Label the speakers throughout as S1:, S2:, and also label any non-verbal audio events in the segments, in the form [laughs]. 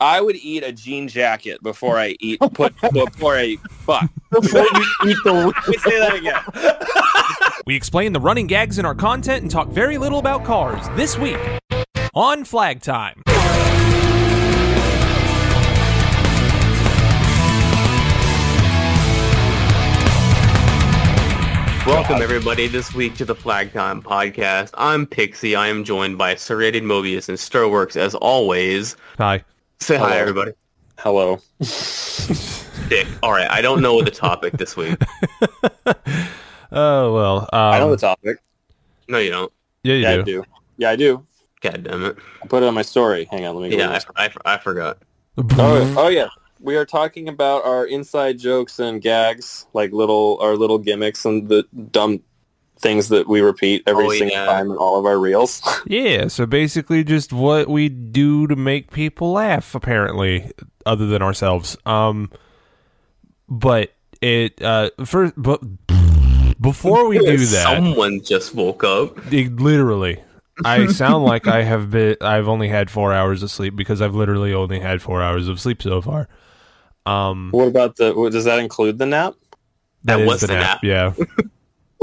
S1: I would eat a jean jacket before I eat
S2: [laughs]
S1: put before I fuck.
S3: Before you eat the
S1: Let me say that again.
S2: We explain the running gags in our content and talk very little about cars this week on Flag Time.
S4: Welcome everybody this week to the Flag Time Podcast. I'm Pixie. I am joined by Serrated Mobius and Stirworks as always.
S2: Hi.
S4: Say hi
S1: Hello.
S4: everybody.
S1: Hello.
S4: Dick. Alright, I don't know the topic this week.
S2: Oh well. Um,
S1: I know the topic.
S4: No you don't.
S2: yeah, you
S1: yeah,
S2: do.
S1: I do. Yeah, I do.
S4: God damn it.
S1: I put it on my story. Hang on, let me go.
S4: Yeah,
S1: to
S4: I, I, I forgot.
S1: this. oh, oh [laughs] yeah. We are talking about our inside jokes and gags, like little our little gimmicks and the dumb things that we repeat every
S4: Oh,
S1: single
S4: yeah.
S1: time in all of our reels.
S2: [laughs]
S1: [laughs]
S2: Yeah, so basically just what we do to make people laugh apparently other than ourselves. Um but it uh first but before we
S4: [laughs]
S2: do that,
S4: Someone just woke up.
S2: it- literally I sound like I have been I've only had 4 hours of sleep because I've literally only had 4 hours of sleep so far. Um
S1: what about the? What, does that include the nap?
S4: That
S2: is
S4: was the nap.
S2: Yeah.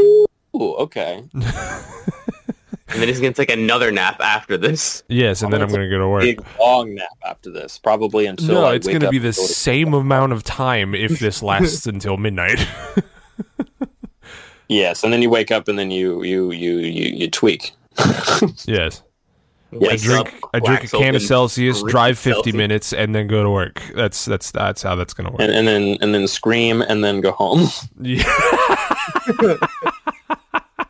S1: Ooh, okay.
S4: And then he's gonna take another nap after this.
S2: Yes, and then I'm
S1: That's
S2: going to go to work.
S1: Big long nap after this, probably until
S2: no,
S1: I
S2: it's
S1: wake
S2: going to
S1: up
S2: be the
S1: and go to-
S2: same amount of time if this
S1: [laughs]
S2: lasts until midnight.
S1: Yes, and then you wake up and then you you you you, you tweak.
S2: [laughs] yes.
S1: Yeah,
S4: Wakes
S2: drink
S4: up,
S2: I drink a
S4: cracks
S2: can of
S4: open
S2: Celsius,
S4: three
S2: drive 50
S4: Celsius.
S2: minutes, and then go to work. That's that's that's how that's gonna work.
S1: and, and then and then scream and then go home.
S2: [laughs]
S1: [laughs]
S2: Yeah.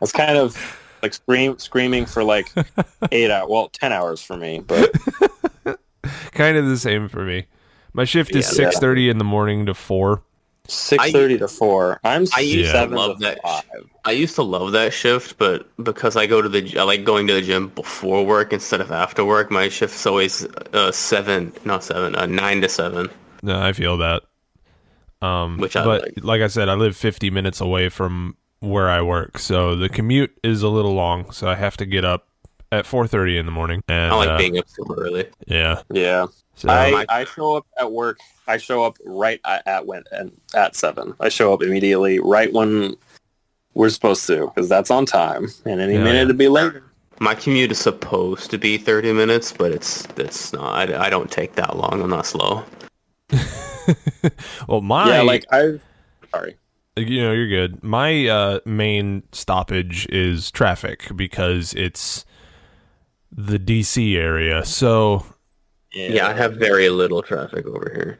S1: That's kind of like scream screaming for [laughs] like eight hours, well ten hours for me, but
S2: kind of the same for me. My shift is
S4: Yeah.
S2: 6:30 in the morning to four.
S1: six thirty to four. I'm
S4: I used
S2: to
S1: seven
S4: love
S1: to
S4: that
S1: five.
S4: I used to love that shift, but because I go to the I like going to the gym before work instead of after work, my shift's always uh, seven, not seven, uh, nine to seven.
S2: No, I feel that. Um,
S4: Which I
S2: but
S4: like.
S2: like I said, I live 50 minutes away from where I work, so the commute is a little long. So I have to get up at 4:30 in the morning. And,
S4: I like
S2: uh,
S4: being up super early.
S2: yeah.
S1: Yeah,
S2: So
S1: I, I show up at work. I show up right at, at when and at seven. I show up immediately, right when we're supposed to, because that's on time. And any
S2: Yeah,
S1: minute
S2: yeah.
S1: it'd be later.
S4: My commute is supposed to be thirty minutes, but it's it's not. I, I don't take that long. I'm not slow.
S2: well, my
S1: yeah, like I. Sorry.
S2: you know you're good my uh main stoppage is traffic because it's the dc area so
S4: Yeah, I have very little traffic over here.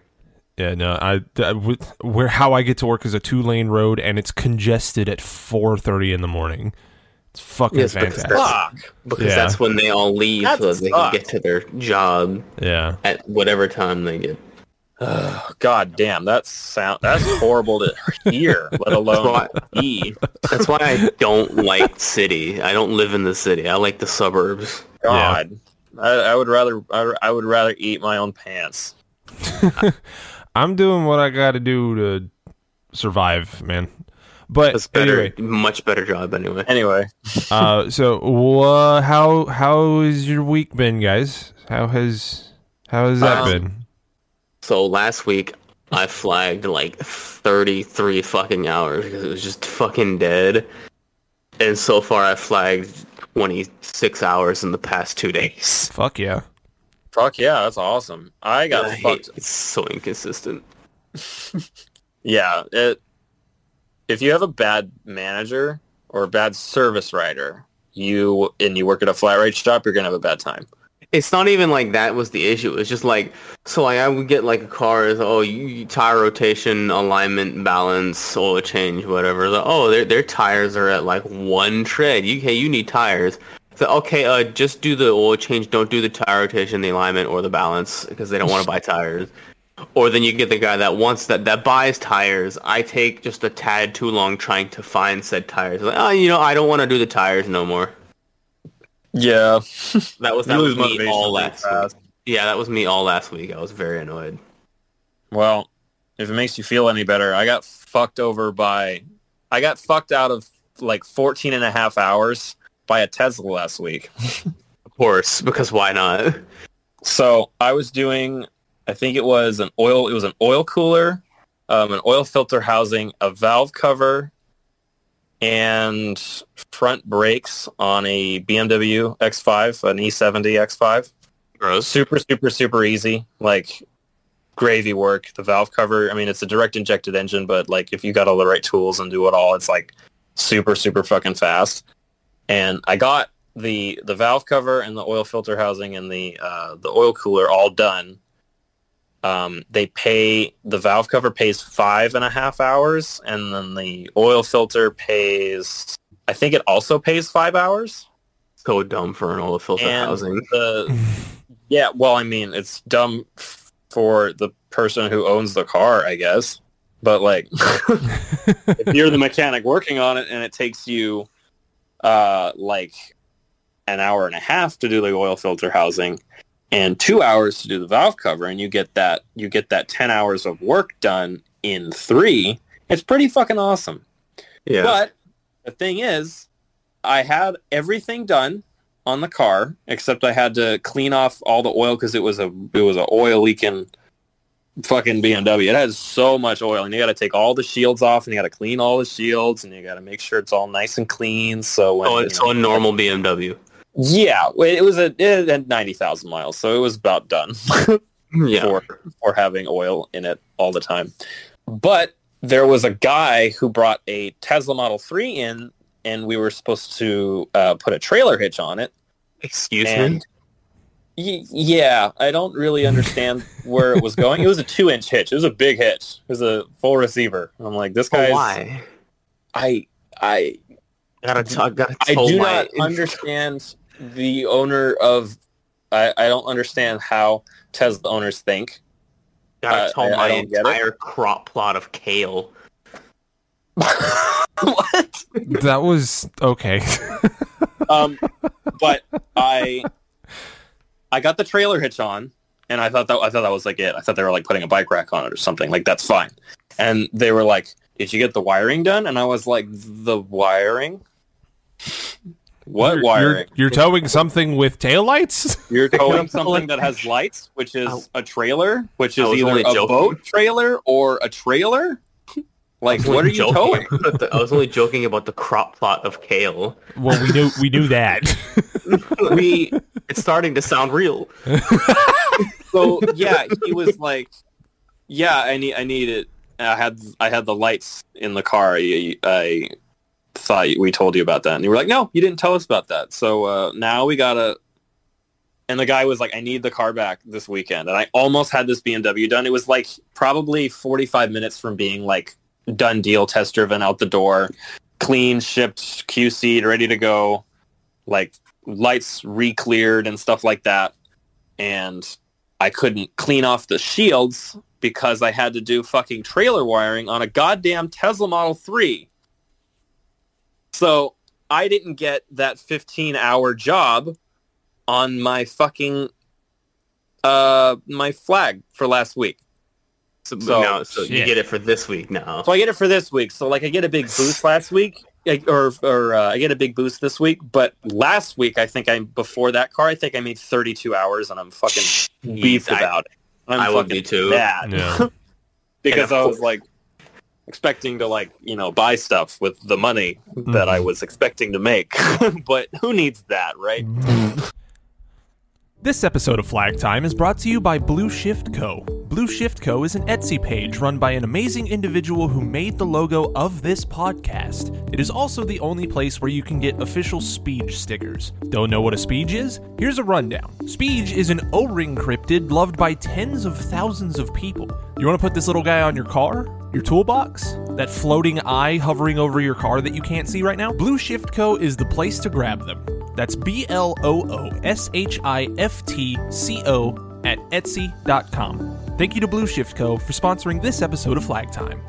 S2: yeah no i th- with- where how i get to work is a two lane road and it's congested at 4:30 in the morning it's fucking
S4: Yes, because
S2: fantastic
S4: that's-
S1: Fuck.
S4: Because
S2: Yeah.
S4: that's when they all leave,
S1: That
S4: so that they can
S1: sucks.
S4: get to their job
S2: yeah
S4: at whatever time they get.
S1: God damn, that sound that's horrible to hear,
S4: [laughs]
S1: let alone
S4: That's
S1: E.
S4: That's why I don't like city. I don't live in the city. I like the suburbs.
S1: God. I, I would rather I, I would rather eat my own pants.
S2: i'm doing what i got to do to survive man but
S4: That's better,
S2: anyway
S4: much better job anyway.
S1: Anyway,
S2: uh so wha how how has your week been guys how has how has that
S4: Um,
S2: been
S4: So last week I flagged like 33 fucking hours because it was just fucking dead. And so far I flagged 26 hours in the past two days. [laughs]
S2: Fuck yeah.
S1: fuck yeah, that's awesome. I got
S4: I hate-
S1: fucked.
S4: it's so inconsistent.
S1: Yeah, it. If you have a bad manager or a bad service writer, you and you work at a flat rate shop, you're gonna have a bad time.
S4: It's not even like that was the issue. It's just like so like I would get like a car is oh you, you tire rotation alignment balance oil change whatever. Like, oh their their tires are at like one tread. You hey you need tires. So okay uh just do the oil change. Don't do the tire rotation, the alignment, or the balance because they don't
S1: [laughs]
S4: want to buy tires. Or then you get the guy that wants that that buys tires. I take just a tad too long trying to find said tires. Like oh you know I don't want to do the tires no more.
S1: Yeah,
S4: That was
S1: You
S4: that
S1: lose
S4: was me
S1: motivation
S4: all
S1: pretty
S4: last
S1: fast.
S4: week. Yeah, that was me all last week. I was very annoyed.
S1: Well, if it makes you feel any better, I got fucked over by I got fucked out of like 14 and a half hours by a Tesla last week.
S4: Of course, because why not?
S1: So, I was doing I think it was an oil. It was an oil cooler, um, an oil filter housing, a valve cover, and front brakes on a BMW X5, an E E70 X5.
S4: Gross.
S1: Super, super, super easy. Like gravy work. The valve cover. I mean, it's a direct injected engine, but like if you got all the right tools and do it all, it's like super, super fucking fast. And I got the the valve cover and the oil filter housing and the uh, the oil cooler all done. Um, they pay the valve cover pays five and a half hours, and then the oil filter pays. I think it also pays five hours.
S4: So dumb for an oil filter
S1: And
S4: housing.
S1: the yeah, well, I mean, it's dumb f- for the person who owns the car, I guess. But like, [laughs] if you're the mechanic working on it, and it takes you uh, like an hour and a half to do the oil filter housing, and two hours to do the valve cover, and you get that you get that ten hours of work done in three. It's pretty fucking awesome.
S4: Yeah.
S1: But the thing is, I had everything done on the car except I had to clean off all the oil because it was a it was a oil leaking fucking BMW. It has so much oil, and you got to take all the shields off, and you got to clean all the shields, and you got to make sure it's all nice and clean. So when
S4: oh,
S1: you
S4: it's so a normal BMW.
S1: yeah, well, it was a it had ninety thousand miles, so it was about done [laughs]
S4: Yeah.
S1: for for having oil in it all the time. But there was a guy who brought a Tesla Model Three in, and we were supposed to uh, put a trailer hitch on it.
S4: Excuse me.
S1: And y- yeah, I don't really understand where it was going. It was a two-inch hitch. It was a big hitch. It was a full receiver. I'm like, this
S4: But
S1: guy's.
S4: why?
S1: I I
S4: Gotta talk. Gotta
S1: I
S4: tell
S1: do
S4: my-
S1: not understand the owner of. I, I don't understand how Tesla owners think. [laughs]
S4: Gotta
S1: uh,
S4: tell
S1: I- I
S4: my
S1: don't get it.
S4: entire crop plot of kale.
S1: what?
S2: that was okay.
S1: Um, but I, I got the trailer hitch on, and I thought that I thought that was like it. I thought they were like putting a bike rack on it or something. Like that's fine. And they were like, "Did you get the wiring done?" And I was like, "The wiring." What
S2: You're-
S1: wiring?
S2: You're, you're towing something with taillights?
S1: You're towing
S4: could've told
S1: something
S4: it.
S1: that has lights, which
S4: Ow.
S1: is a trailer, which
S4: Oh. I
S1: is
S4: was
S1: either
S4: only
S1: a
S4: joking.
S1: boat trailer or a trailer. Like, [laughs] what are you
S4: Joking
S1: towing?
S4: [laughs] about the- I was only joking about the crop plot of
S1: [laughs]
S4: kale.
S2: well, we knew we knew [laughs] that.
S4: We. It's starting to sound real.
S1: So yeah, he was like, "Yeah, I need, I need it." And I had, I had the lights in the car. I, I thought we told you about that, and you were like, "No, you didn't tell us about that." So uh, now we gotta. And the guy was like, "I need the car back this weekend," and I almost had this BMW done. It was like probably forty-five minutes from being like done deal, test driven, out the door, clean, shipped, QC'd, ready to go, like lights re-cleared and stuff like that. And I couldn't clean off the shields because I had to do fucking trailer wiring on a goddamn Tesla Model 3. So I didn't get that 15 hour job on my fucking uh my flag for last week.
S4: So,
S1: So,
S4: now, so you
S2: shit.
S4: get it for this week now.
S1: So I get it for this week. So like I get a big
S4: [laughs]
S1: boost last week, like, or or uh, I get a big boost this week. But last week I think I before that car I think I made 32 hours and I'm fucking beefed
S4: I-
S1: about it. I'm
S4: I would
S1: fucking
S4: be too.
S1: mad.
S2: Yeah.
S1: because
S4: And of
S1: I was
S4: course-
S1: like expecting to like you know buy stuff with the money
S4: Mm-hmm.
S1: that I was expecting to make, [laughs] but who needs that, right?
S4: Mm-hmm.
S2: This episode of Flag Time is brought to you by Blue Shift Co. Blue Shift Co. is an Etsy page run by an amazing individual who made the logo of this podcast. It is also the only place where you can get official Speech stickers. Don't know what a Speech is? Here's a rundown. Speech is an O-ring cryptid loved by tens of thousands of people. You want to put this little guy on your car? Your toolbox? That floating eye hovering over your car that you can't see right now? Blue Shift Co. is the place to grab them. That's B L O O S H I F T C O at Etsy.com. Thank you to Blue Shift Co. for sponsoring this episode of Flag Time.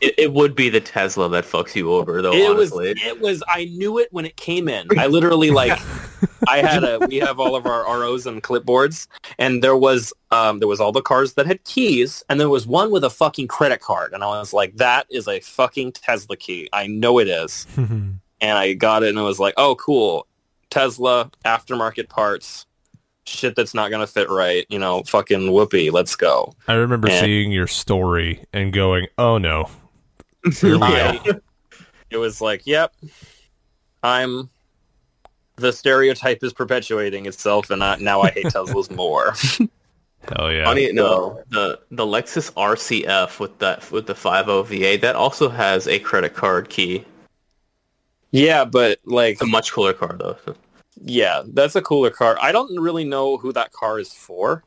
S4: It, it would be the Tesla that fucks you over, though.
S1: it
S4: honestly,
S1: was it was I knew it when it came in.
S4: [laughs]
S1: I literally like I had a we have all of our ROs and clipboards and there was um there was all the cars that had keys and there was one with a fucking credit card and I was like that is a fucking Tesla key. I know it is. and I got it and I was like, "Oh, cool. Tesla aftermarket parts." shit that's not gonna fit right. You know, fucking whoopee, let's go.
S2: [laughs] I remember
S1: And-
S2: seeing your story and going, "Oh no, here we go."
S1: I- it was like, yep, I'm. The stereotype is perpetuating itself, and I, now I hate Teslas more.
S2: Hell yeah!
S4: Funny, no, the the Lexus RCF with that with the 50 VA that also has a credit card key.
S1: [laughs] yeah, but like,
S4: It's a much cooler car though.
S1: yeah, that's a cooler car. I don't really know who that car is for.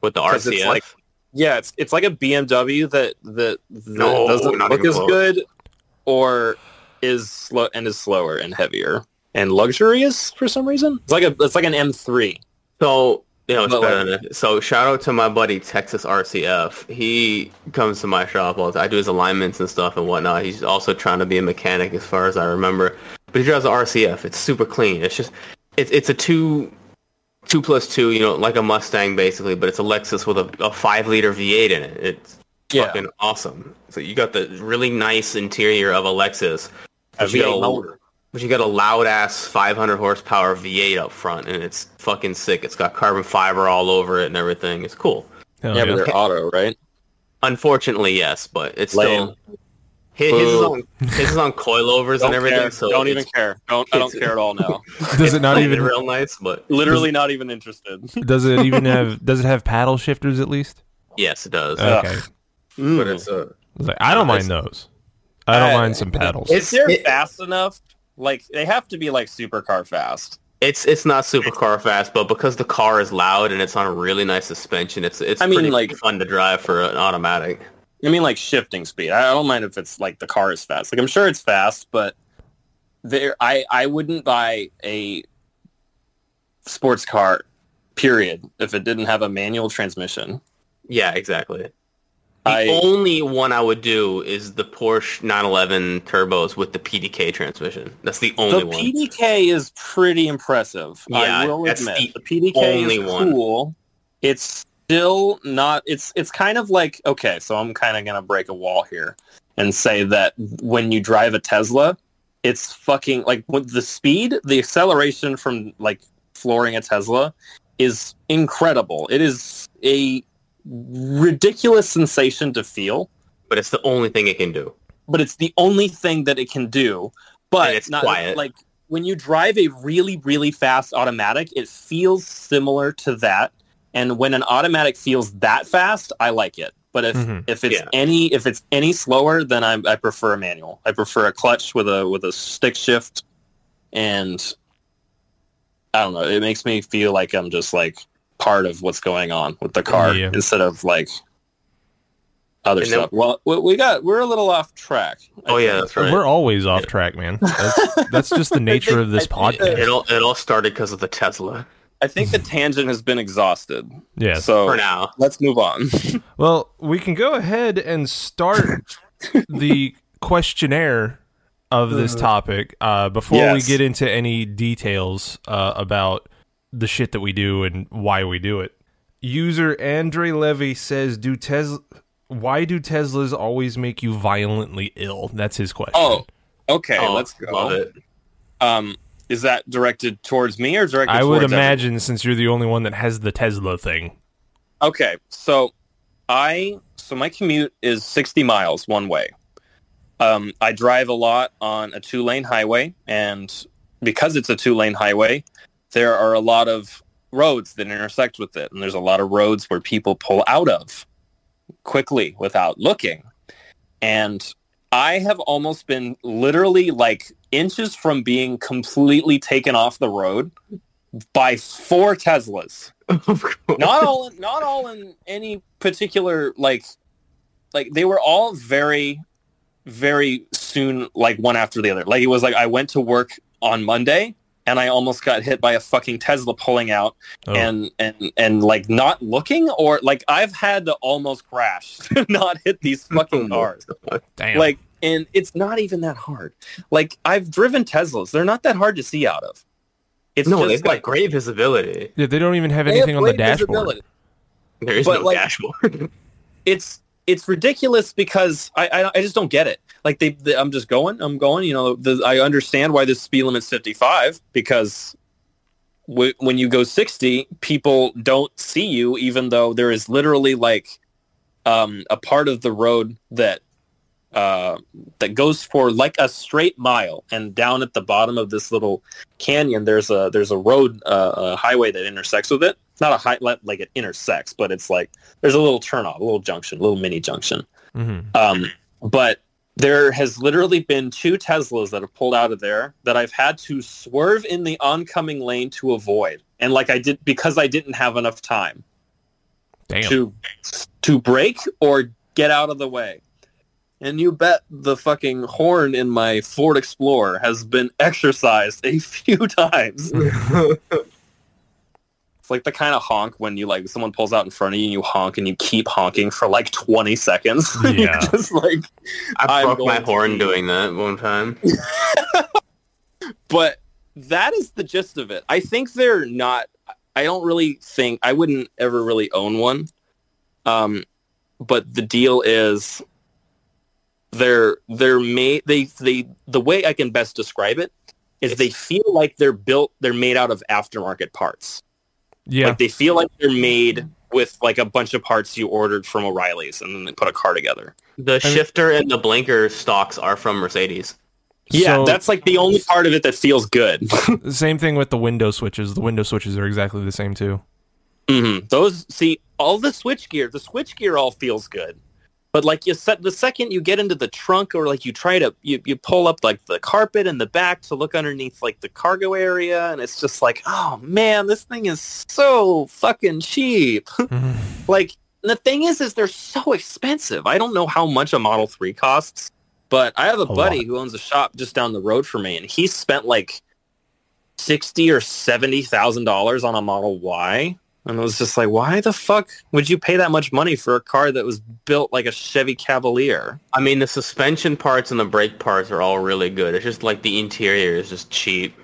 S4: With the
S1: 'Cause
S4: RCF,
S1: it's like- Yeah, it's it's like a BMW that that, that
S4: No,
S1: doesn't
S4: not
S1: look
S4: even
S1: as
S4: close.
S1: good, or is slow and is slower and heavier and luxurious for some reason. It's like a it's like an M3.
S4: So you know, it's
S1: But,
S4: better
S1: like-
S4: than that. So shout out to my buddy Texas RCF. He comes to my shop all the time. I do his alignments and stuff and whatnot. He's also trying to be a mechanic as far as I remember. But he drives the RCF. It's super clean. It's just it's it's a two two plus two, you know, like a Mustang basically, but it's a Lexus with a, a five liter V eight in it. It's
S1: Yeah.
S4: fucking awesome. So you got the really nice interior of a Lexus.
S1: A
S4: but you got
S1: V8
S4: a-
S1: motor.
S4: but you got a loud ass 500 horsepower V8 up front, and it's fucking sick. It's got carbon fiber all over it and everything. It's cool.
S2: Hell
S1: yeah,
S2: Oh, yeah,
S1: but they're auto, right?
S4: Unfortunately, yes, but it's
S1: Lame.
S4: still his, his is
S1: Boo.
S4: on his is on coilovers and everything.
S1: care.
S4: So
S1: don't even
S4: it's-
S1: care. Don't I don't
S4: it's-
S1: care at all [laughs] now.
S2: Does it
S4: it's
S2: not
S4: played
S2: even?
S4: real nice? But
S1: Literally not even interested.
S2: Does it [laughs] even have? Does it have paddle shifters at least?
S4: yes, it does.
S1: Uh, Ugh.
S2: Okay.
S4: but it's uh,
S2: I was like, I don't mind those. I don't
S1: Uh,
S2: mind some paddles.
S1: Is [laughs] they're
S4: it-
S1: fast enough? Like they have to be like supercar fast.
S4: it's it's not super car fast, but because the car is loud and it's on a really nice suspension, it's it's
S1: I mean,
S4: pretty
S1: like-
S4: fun to drive for an automatic.
S1: I mean, like shifting speed. I I don't mind if it's like the car is fast. Like I'm sure it's fast, but there, I I wouldn't buy a sports car, period, if it didn't have a manual transmission.
S4: Yeah, exactly. The
S1: I
S4: only one I would do is the Porsche 911 turbos with the PDK transmission. That's the only
S1: the
S4: one.
S1: PDK is pretty impressive. I
S4: Yeah,
S1: will
S4: that's
S1: admit,
S4: the
S1: the, PDK
S4: only
S1: is
S4: one.
S1: cool. It's still not. It's it's kind of like okay, so I'm kind of gonna break a wall here and say that when you drive a Tesla, it's fucking like with the speed, the acceleration from like flooring a Tesla is incredible. It is a ridiculous sensation to feel,
S4: but it's the only thing it can do.
S1: but it's the only thing that it can do. But
S4: And
S1: it's
S4: it's
S1: not
S4: quiet.
S1: like when you drive a really really fast automatic, it feels similar to that. And when an automatic feels that fast, I like it. But if
S2: Mhm.
S1: if it's
S4: Yeah.
S1: any if it's any slower, then I, I prefer a manual. I prefer a clutch with a with a stick shift, and I don't know. It makes me feel like I'm just like part of what's going on with the car
S2: Yeah.
S1: instead of like other
S4: And then-
S1: stuff. Well, we- we got we're a little off track. I
S4: Oh yeah,
S1: think.
S4: that's right.
S2: We're always off track, man. That's, that's
S1: [laughs]
S2: just the nature of this
S1: I think-
S2: podcast.
S4: it all it all started because of the Tesla.
S1: I think the tangent has been exhausted.
S2: Yes.
S1: So
S4: For now,
S1: let's move on.
S2: Well, we can go ahead and start
S1: [laughs]
S2: the questionnaire of this topic uh, before
S1: Yes.
S2: we get into any details uh, about the shit that we do and why we do it. User Andre Levy says, "Do Tesla? Why do Teslas always make you violently ill?" That's his question.
S1: Oh, okay.
S4: Oh,
S1: let's go.
S4: Love it. [laughs]
S1: Um, is that directed towards me or directed?
S2: I would
S1: towards everyone?
S2: imagine since you're the only one that has the Tesla thing.
S1: Okay, so I so my commute is 60 miles one way. Um, I drive a lot on a two-lane highway, and because it's a two-lane highway, there are a lot of roads that intersect with it, and there's a lot of roads where people pull out of quickly without looking. And I have almost been literally like inches from being completely taken off the road by four Teslas
S4: Of course.
S1: not all not all in any particular like like they were all very very soon like one after the other like it was like i went to work on monday and i almost got hit by a fucking tesla pulling out
S2: Oh.
S1: and and and like not looking or like i've had to almost crash [laughs] to not hit these
S4: Oh
S1: fucking
S4: my
S1: cars
S4: God.
S2: Damn.
S1: like and it's not even that hard like i've driven teslas they're not that hard to see out of it's
S4: no,
S1: just
S4: they've
S1: like
S4: got great visibility.
S2: yeah, they don't even have
S1: they have
S2: anything on the
S1: great
S2: dashboard.
S1: visibility.
S4: There is
S1: But,
S4: no
S1: like-
S4: dashboard. [laughs]
S1: it's it's ridiculous because I, I I just don't get it. Like they, they I'm just going, I'm going. You know, the, I understand why this speed limit's 55 because w- when you go 60, people don't see you, even though there is literally like um, a part of the road that uh, that goes for like a straight mile, and down at the bottom of this little canyon, there's a there's a road uh, a highway that intersects with it. It's not a high like like it intersects, but it's like there's a little turnoff, a little junction, a little mini junction.
S2: Mm-hmm.
S1: Um, but there has literally been two Teslas that have pulled out of there that I've had to swerve in the oncoming lane to avoid. And like I did because I didn't have enough time
S2: Damn.
S1: to to break or get out of the way. And you bet the fucking horn in my Ford Explorer has been exercised a [laughs] few times.
S2: Mm-hmm.
S1: It's like the kind of honk when you like someone pulls out in front of you and you honk and you keep honking for like 20 seconds. [laughs] You're
S2: Yeah.
S1: just like
S4: I
S1: I'm
S4: broke my
S1: going to
S4: horn
S1: be-
S4: doing that one time.
S1: but that is the gist of it. I think they're not. I don't really think I wouldn't ever really own one. Um, but the deal is they're they're made they they the way I can best describe it is they feel like they're built they're made out of aftermarket parts.
S2: yeah.
S1: Like they feel like they're made with like a bunch of parts you ordered from O'Reilly's and then they put a car together.
S4: The
S2: mean-
S4: shifter and the blinker stocks are from Mercedes.
S1: Yeah,
S2: So-
S1: that's like the only part of it that feels good.
S2: [laughs] Same thing with the window switches. The window switches are exactly the same too.
S1: hmm Those see all the switch gear. The switch gear all feels good, but like you set the second you get into the trunk or like you try to you, you pull up like the carpet in the back to look underneath like the cargo area, and it's just like oh man, this thing is so fucking cheap.
S2: Mm-hmm.
S1: like the thing is, is they're so expensive. I don't know how much a Model Three costs, but I have a,
S2: A
S1: buddy
S2: lot.
S1: who owns a shop just down the road from me, and he spent like sixty or seventy thousand dollars on a Model Y. And I was just like, why the fuck would you pay that much money for a car that was built like a Chevy Cavalier?
S4: I mean, the suspension parts and the brake parts are all really good. It's just like the interior is just cheap.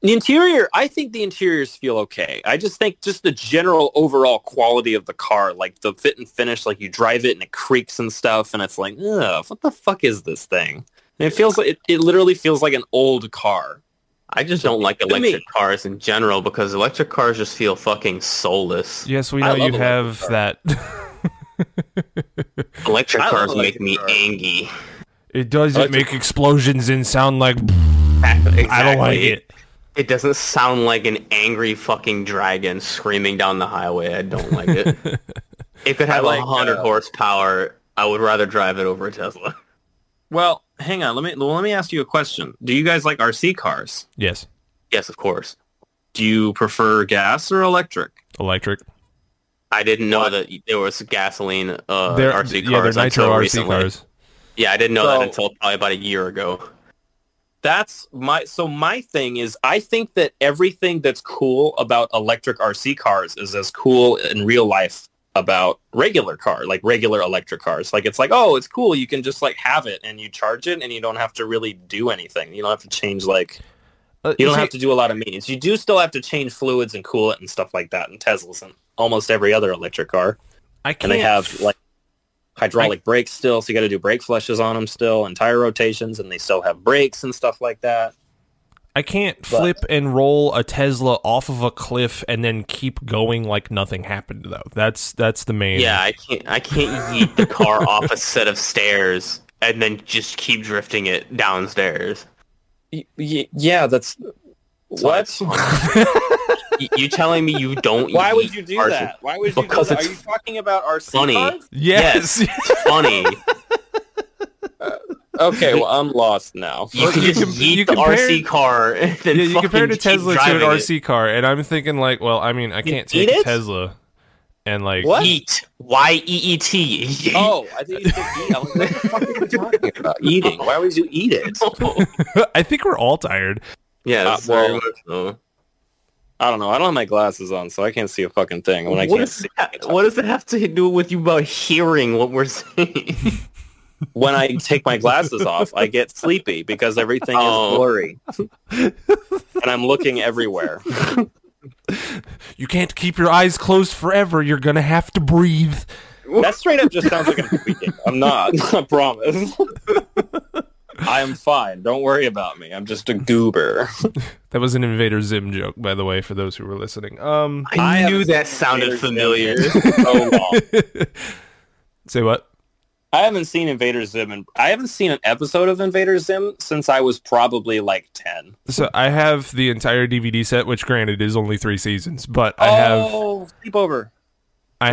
S1: The interior, I think the interiors feel okay. I just think just the general overall quality of the car, like the fit and finish, like you drive it and it creaks and stuff, and it's like, ugh, what the fuck is this thing? And it feels like it, it literally feels like an old car.
S4: I just don't like
S1: me.
S4: electric cars in general because electric cars just feel fucking soulless.
S2: Yes, we
S1: I
S2: know you
S1: love
S2: have that.
S4: Electric
S1: I love
S4: cars
S1: electric
S4: make me
S1: cars.
S4: angry.
S2: [laughs] it does it
S1: Electric-
S2: make explosions and sound like I don't like
S4: [laughs] Exactly.
S2: it.
S4: It doesn't sound like an angry fucking dragon screaming down the highway. I don't like it.
S1: [laughs]
S4: it could have a
S1: like,
S4: 100
S1: uh,
S4: horsepower. I would rather drive it over a Tesla.
S1: Well, hang on. Let me let me ask you a question. Do you guys like RC cars?
S2: Yes,
S4: Yes, of course.
S1: Do you prefer gas or electric?
S2: electric.
S4: I didn't know that there was gasoline uh,
S2: they're
S4: RC cars
S2: yeah, they're nitro
S4: until
S2: RC
S4: recently.
S2: cars.
S4: Yeah, I didn't know
S1: So-
S4: that until probably about a year ago.
S1: that's my so my thing is I think that everything that's cool about electric RC cars is as cool in real life about regular car, like regular electric cars. Like it's like, oh, it's cool. You can just like have it and you charge it and you don't have to really do anything. You don't have to change like
S2: Uh,
S1: you don't
S2: see,
S1: have to do a lot of maintenance. You do still have to change fluids and cool it and stuff like that in Teslas and almost every other electric car.
S2: I can't.
S1: And they have like hydraulic brakes still, so you got to do brake flushes on them still and tire rotations and they still have brakes and stuff like that.
S2: I can't flip and roll a Tesla off of a cliff and then keep going like nothing happened though. That's that's the main.
S4: Yeah, I can't. I can't yeet the car off a set of stairs and then just keep drifting it downstairs.
S1: Y- y- yeah, that's what.
S4: Y- you telling me you don't?
S1: Why would
S4: yeet
S1: you do
S4: cars with-
S1: that? Why would you?
S4: Because
S1: do that?
S4: it's
S1: Are you talking about RC
S4: funny.
S1: cars?
S2: Yes. [laughs]
S4: It's funny.
S1: Okay, well I'm lost [laughs] now.
S4: You can just
S2: com-
S4: yeet
S2: you
S4: the
S2: compare-
S4: RC car. And then
S2: yeah, you
S4: fucking
S2: compared a
S4: keep
S2: Tesla to an
S4: driving it.
S2: RC car, and I'm thinking like, well, I mean, I can't
S1: eat
S2: take a
S1: it?
S2: Tesla, and like,
S1: What?
S4: Yeet. Y e e t. [laughs] Yeet.
S1: Oh, I think you said eat. I was like, what the fuck are you talking about? Eating? Why would you eat it?
S2: [laughs]
S1: [laughs]
S2: I think we're all tired.
S4: yeah.
S1: Uh,
S4: it's very
S1: well,
S4: emotional.
S1: I don't know. I don't have my glasses on, so I can't see a fucking thing. When I
S4: what,
S1: can't
S4: does
S1: see,
S4: that, what does that have to do with you about hearing what we're [laughs] saying?
S1: when I take my glasses off, I get sleepy because everything
S4: Oh.
S1: is blurry, and I'm looking everywhere.
S2: You can't keep your eyes closed forever. You're gonna have to breathe.
S1: [laughs] That straight up just sounds like a movie game. I'm not. I promise. I'm fine. Don't worry about me. I'm just a goober.
S2: That was an Invader Zim joke, by the way, for those who were listening. Um,
S4: I,
S1: I
S4: knew
S1: have
S4: that sounded
S1: [laughs]
S4: familiar. [laughs]
S1: Invader Zim in so long.
S2: say what?
S1: I haven't seen Invader Zim. In, I haven't seen an episode of Invader Zim since I was probably like ten.
S2: So I have the entire DVD set, which granted is only three seasons, but I have,
S1: oh, sleepover.
S2: I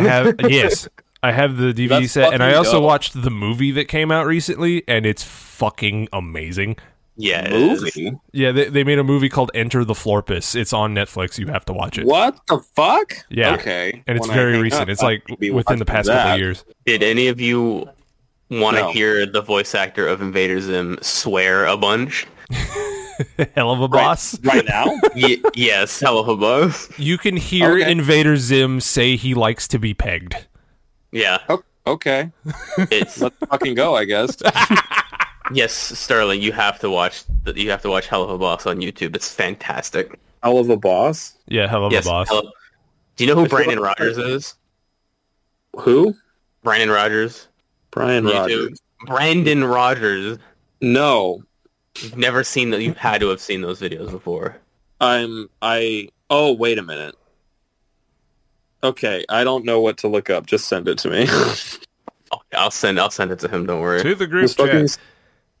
S1: [laughs]
S2: have, yes, I have the DVD
S1: Let's
S2: set, and I
S1: fucking
S2: also
S1: go.
S2: watched the movie that came out recently, and it's fucking amazing.
S4: Yes.
S1: Movie.
S2: Yeah, they, they made a movie called Enter the Florpus. It's on Netflix. You have to watch it.
S1: What the fuck?
S2: Yeah.
S1: Okay.
S2: And it's
S1: When I
S2: very
S1: hang up,
S2: recent. It's
S1: I
S2: like
S1: will be
S2: within the
S1: watching
S2: past couple
S1: that.
S2: of years. [laughs]
S4: Did any of you want to
S1: No.
S4: hear the voice actor of Invader Zim swear a bunch?
S2: Hell of a
S1: Right-
S2: boss.
S1: Right now?
S4: y- [laughs] yes, hell of a boss.
S2: You can hear
S1: Okay.
S2: Invader Zim say he likes to be pegged.
S4: Yeah,
S1: O- okay. [laughs]
S4: it's
S1: Let's fucking go, I
S2: [laughs]
S1: guess.
S4: yes, Sterling. You have to watch. the- You have to watch Hell of a Boss on YouTube. It's fantastic.
S1: Hell of a boss.
S2: Yeah, hell of
S4: yes,
S2: a boss.
S4: hell of- do you know who
S1: I feel
S4: Brandon
S1: like-
S4: Rogers is?
S1: Who?
S4: Brandon Rogers.
S1: Brian
S4: You
S1: Rogers.
S4: do. Brandon Rogers.
S1: No.
S4: You've never seen that. You had to have seen those videos before.
S1: I'm I oh wait a minute. Okay, I don't know what to look up. Just send it to me.
S4: Oh, I'll send. I'll send it to him. Don't worry.
S2: To the
S1: [laughs]
S2: group
S1: Just fucking-
S2: chat.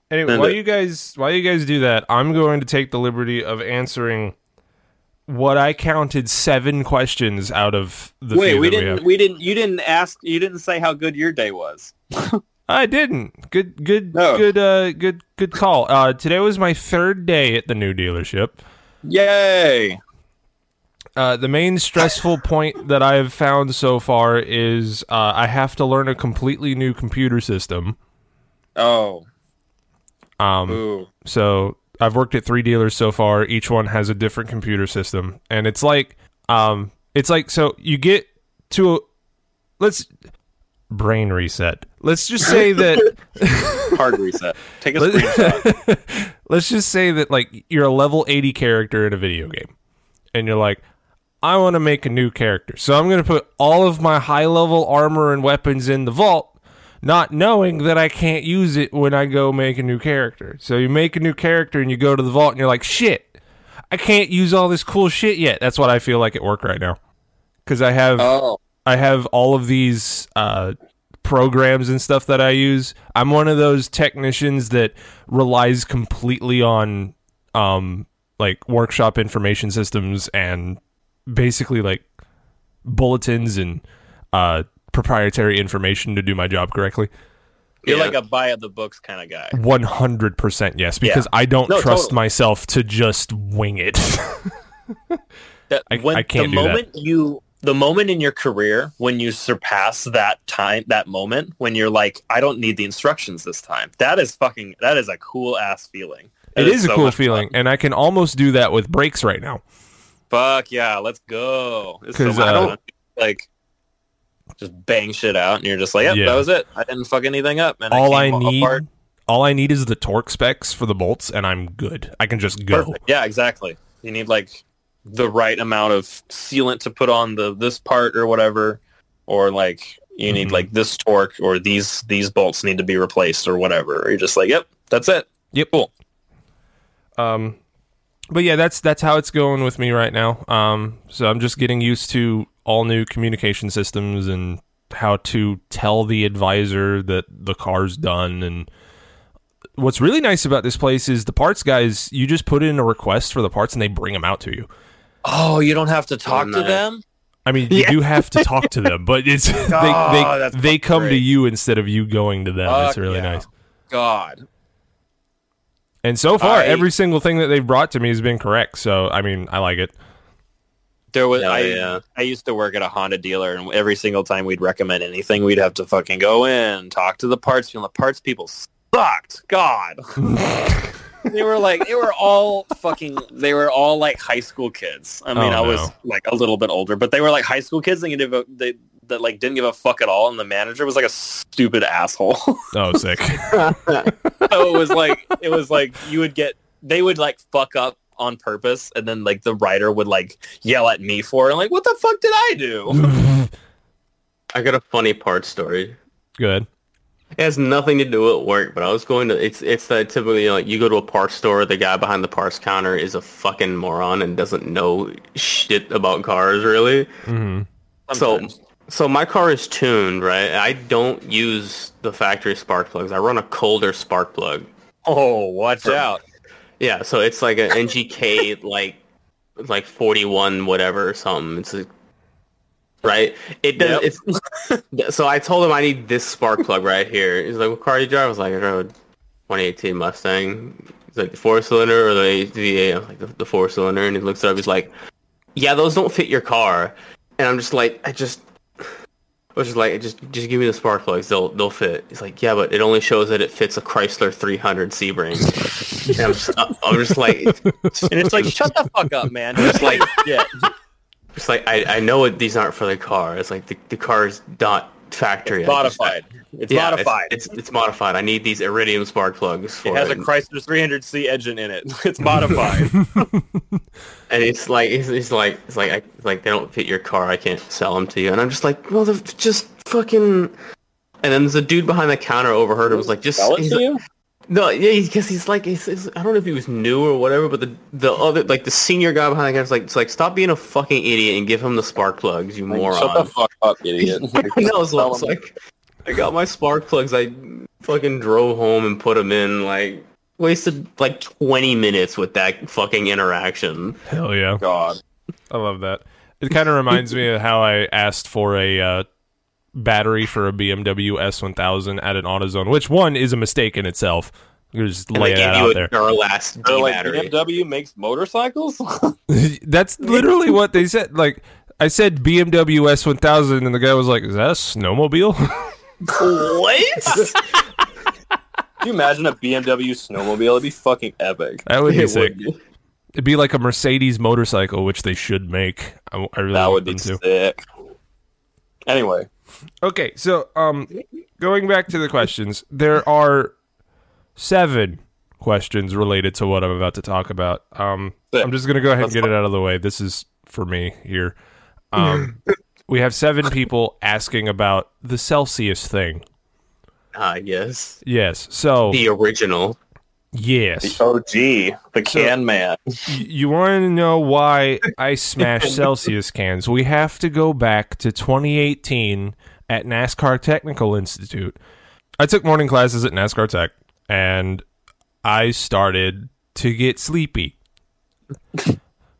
S2: Anyway,
S1: send
S2: while
S1: it.
S2: you guys while you guys do that, I'm going to take the liberty of answering what I counted seven questions out of the
S1: Wait,
S2: few
S1: we
S2: that
S1: didn't
S2: have.
S1: we didn't you didn't ask you didn't say how good your day was.
S2: I didn't. Good, good,
S1: No.
S2: good, uh, good, good call. Uh, today was my third day at the new dealership.
S1: Yay.
S2: Uh, the main stressful point that I have found so far is uh, I have to learn a completely new computer system.
S1: Oh.
S2: Um,
S1: Ooh.
S2: So I've worked at three dealers so far. Each one has a different computer system, and it's like, um, it's like so you get to a let's brain reset. Let's just say that
S1: Hard reset.
S2: [laughs]
S1: Take a screenshot.
S2: let's, let's just say that like you're a level 80 character in a video game and you're like i want to make a new character so i'm going to put all of my high level armor and weapons in the vault not knowing that i can't use it when i go make a new character so you make a new character and you go to the vault and you're like shit i can't use all this cool shit yet that's what i feel like at work right now because i have
S1: Oh.
S2: I have all of these uh, programs and stuff that I use. I'm one of those technicians that relies completely on um, like workshop information systems and basically like bulletins and uh, proprietary information to do my job correctly.
S1: You're
S4: Yeah.
S1: like a buy of the books kind of guy.
S2: 100% yes, because I don't
S1: No,
S2: trust
S1: totally.
S2: myself to just wing it. [laughs]
S1: That
S2: I-
S1: when
S2: I can't
S1: the
S2: do that.
S1: moment you the moment in your career when you surpass that time that moment when you're like I don't need the instructions this time. That is fucking that is a cool ass feeling. That
S2: it is a
S1: so
S2: cool
S1: much fun.
S2: feeling, and I can almost do that with breaks right now.
S1: Fuck yeah, let's go. It's so
S2: 'Cause,
S1: much
S2: uh,
S1: fun. like just bang shit out and you're just like, yep,
S2: Yeah.
S1: that was it. I didn't fuck anything up and
S2: all I
S1: came
S2: need
S1: apart.
S2: all I need is the torque specs for the bolts and I'm good. I can just go.
S1: Perfect. Yeah, exactly. You need like the right amount of sealant to put on the this part or whatever, or like you need
S2: Mhm.
S1: like this torque or these these bolts need to be replaced or whatever. Or you're just like, yep, that's it.
S2: Yep.
S1: Cool.
S2: Um but yeah, that's that's how it's going with me right now. Um so I'm just getting used to all new communication systems and how to tell the advisor that the car's done and what's really nice about this place is the parts guys you just put in a request for the parts and they bring them out to you.
S1: Oh, you don't have to talk to
S4: nice.
S1: them.
S2: I mean, you do have to talk to them, but it's
S1: [laughs] Oh,
S2: [laughs] they
S1: that's
S2: they, they come to
S1: great.
S2: you instead of you going to them. it's
S1: Fuck
S2: really
S1: yeah.
S2: nice.
S1: God.
S2: And so far,
S1: I-
S2: every single thing that they've brought to me has been correct. So I mean, I like it.
S1: There was
S4: Hell
S1: I
S4: yeah.
S1: I used to work at a Honda dealer and every single time we'd recommend anything we'd have to fucking go in, talk to the parts people. The parts people sucked.
S2: [laughs]
S1: God. they were like they were all fucking they were all like high school kids. I mean,
S2: Oh,
S1: I was
S2: no.
S1: like a little bit older, but they were like high school kids and they, they that like didn't give a fuck at all and the manager was like a stupid asshole. [laughs]
S2: Oh, sick. [laughs]
S1: so it was like it was like you would get they would like fuck up on purpose and then like the writer would like yell at me for it and like what the [laughs] fuck did i do
S4: I got a funny part story.
S2: Good.
S4: It has nothing to do with work, but I was going to. It's it's that typically like you go to a parts store, the guy behind the parts counter is a fucking moron and doesn't know shit about cars really.
S2: Mm-hmm.
S4: So
S1: Sometimes.
S4: so my car is tuned, right? I don't use the factory spark plugs. I run a colder spark plug.
S1: oh, watch out!
S4: Yeah, so it's like an NGK like like 41 whatever or something. It's like, right? It does
S1: Yep.
S4: it's So I told him I need this spark plug right here. He's like, "What car do you drive?" I was like, "I drive a 2018 Mustang." He's like, "The four cylinder or the V8?" I was like, "The, the four cylinder." And he looks up. He's like, "Yeah, those don't fit your car." And I'm just like, I just I was just like, just just give me the spark plugs. They'll they'll fit. He's like, yeah, but it only shows that it fits a Chrysler 300 Sebring. and I'm just, I'm just like,
S1: And it's like, shut the fuck up, man.
S4: just like,
S1: yeah,
S4: just like I, I know it, these aren't for the car. It's like the the car's not factory. I just-
S1: modified. It's
S4: yeah, it's-
S1: modified.
S4: It's, it's modified. I need these iridium spark plugs for
S1: it has a
S4: it.
S1: Chrysler 300C engine in it. [laughs] It's modified.
S4: and it's like it's, it's like it's like I, it's like they don't fit your car. I can't sell them to you. And I'm just like, well, they're just fucking. And then there's a dude behind the counter overheard. and was like, just
S1: Sell it
S4: he's
S1: to
S4: like-
S1: you?
S4: No, yeah, because he's, like, he's, he's- I don't know if he was new or whatever, but the the other, like, the senior guy behind the guy was like, it's like, stop being a fucking idiot and give him the spark plugs, you moron.
S1: Shut the fuck up, idiot.
S4: [laughs]
S1: [laughs]
S4: And I was like, I was like, I got my spark plugs. I fucking drove home and put them in. Like, wasted like twenty minutes with that fucking interaction.
S2: Hell yeah.
S1: [laughs] God.
S2: I love that.
S1: [laughs]
S2: It kind of reminds me of how I asked for a uh, battery for a BMW S1000 at an AutoZone, which one is a mistake in itself. You just
S4: And
S2: lay
S4: they
S2: that
S4: gave you
S2: out
S4: a
S2: there.
S4: Duralast
S1: They're
S4: D
S1: like,
S4: battery.
S1: BMW makes motorcycles? [laughs]
S2: [laughs] That's literally what they said. Like I said, BMW S1000, and the guy was like, "Is that a snowmobile?" [laughs]
S4: [laughs] what?
S1: Can you imagine a BMW snowmobile? It'd be fucking epic.
S2: that would be
S4: It
S2: sick.
S4: would be.
S2: It'd be like a Mercedes motorcycle, which they should make. I, I really
S1: That
S2: want
S1: would be
S2: them to.
S1: sick. Anyway,
S2: Okay, so um, going back to the questions, there are seven questions related to what I'm about to talk about. Um,
S1: Six.
S2: I'm just gonna go ahead and
S1: That's
S2: get it out of the way. This is for me
S1: [clears throat]
S2: here. Um, we have seven people asking about the Celsius thing.
S4: Ah, yes.
S2: Yes. So
S4: The original.
S2: yes,
S1: the OG, the can man.
S2: Y- you want to know why I smashed Celsius cans? We have to go back to 2018 at NASCAR Technical Institute. I took morning classes at NASCAR Tech, and I started to get sleepy.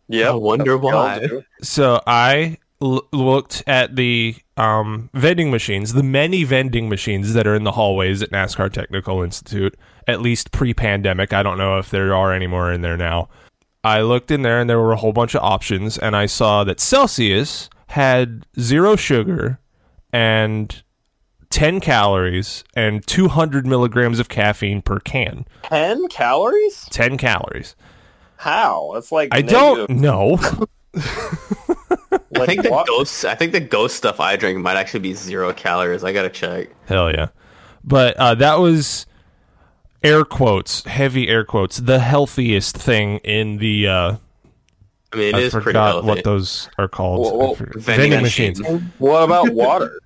S1: Yep.
S4: I wonder why.
S2: So I l- looked at the um, vending machines, the many vending machines that are in the hallways at NASCAR Technical Institute, at least pre pandemic. I don't know if there are any more in there now. I looked in there and there were a whole bunch of options, and I saw that Celsius had zero sugar and 10 calories and 200 milligrams of caffeine per can.
S1: 10 calories?
S2: 10 calories.
S1: How? That's like
S2: I
S1: negative-
S2: don't know. [laughs]
S1: Like,
S4: I think the
S1: what?
S4: ghost. I think the ghost stuff I drink might actually be zero calories. I gotta check.
S2: Hell yeah. But uh, that was air quotes, heavy air quotes, the healthiest thing in the. Uh,
S4: I mean, it
S2: I
S4: is pretty
S2: forgot
S4: healthy.
S2: what those are called.
S1: Whoa, whoa,
S2: I forget.
S4: vending machine.
S1: What about water?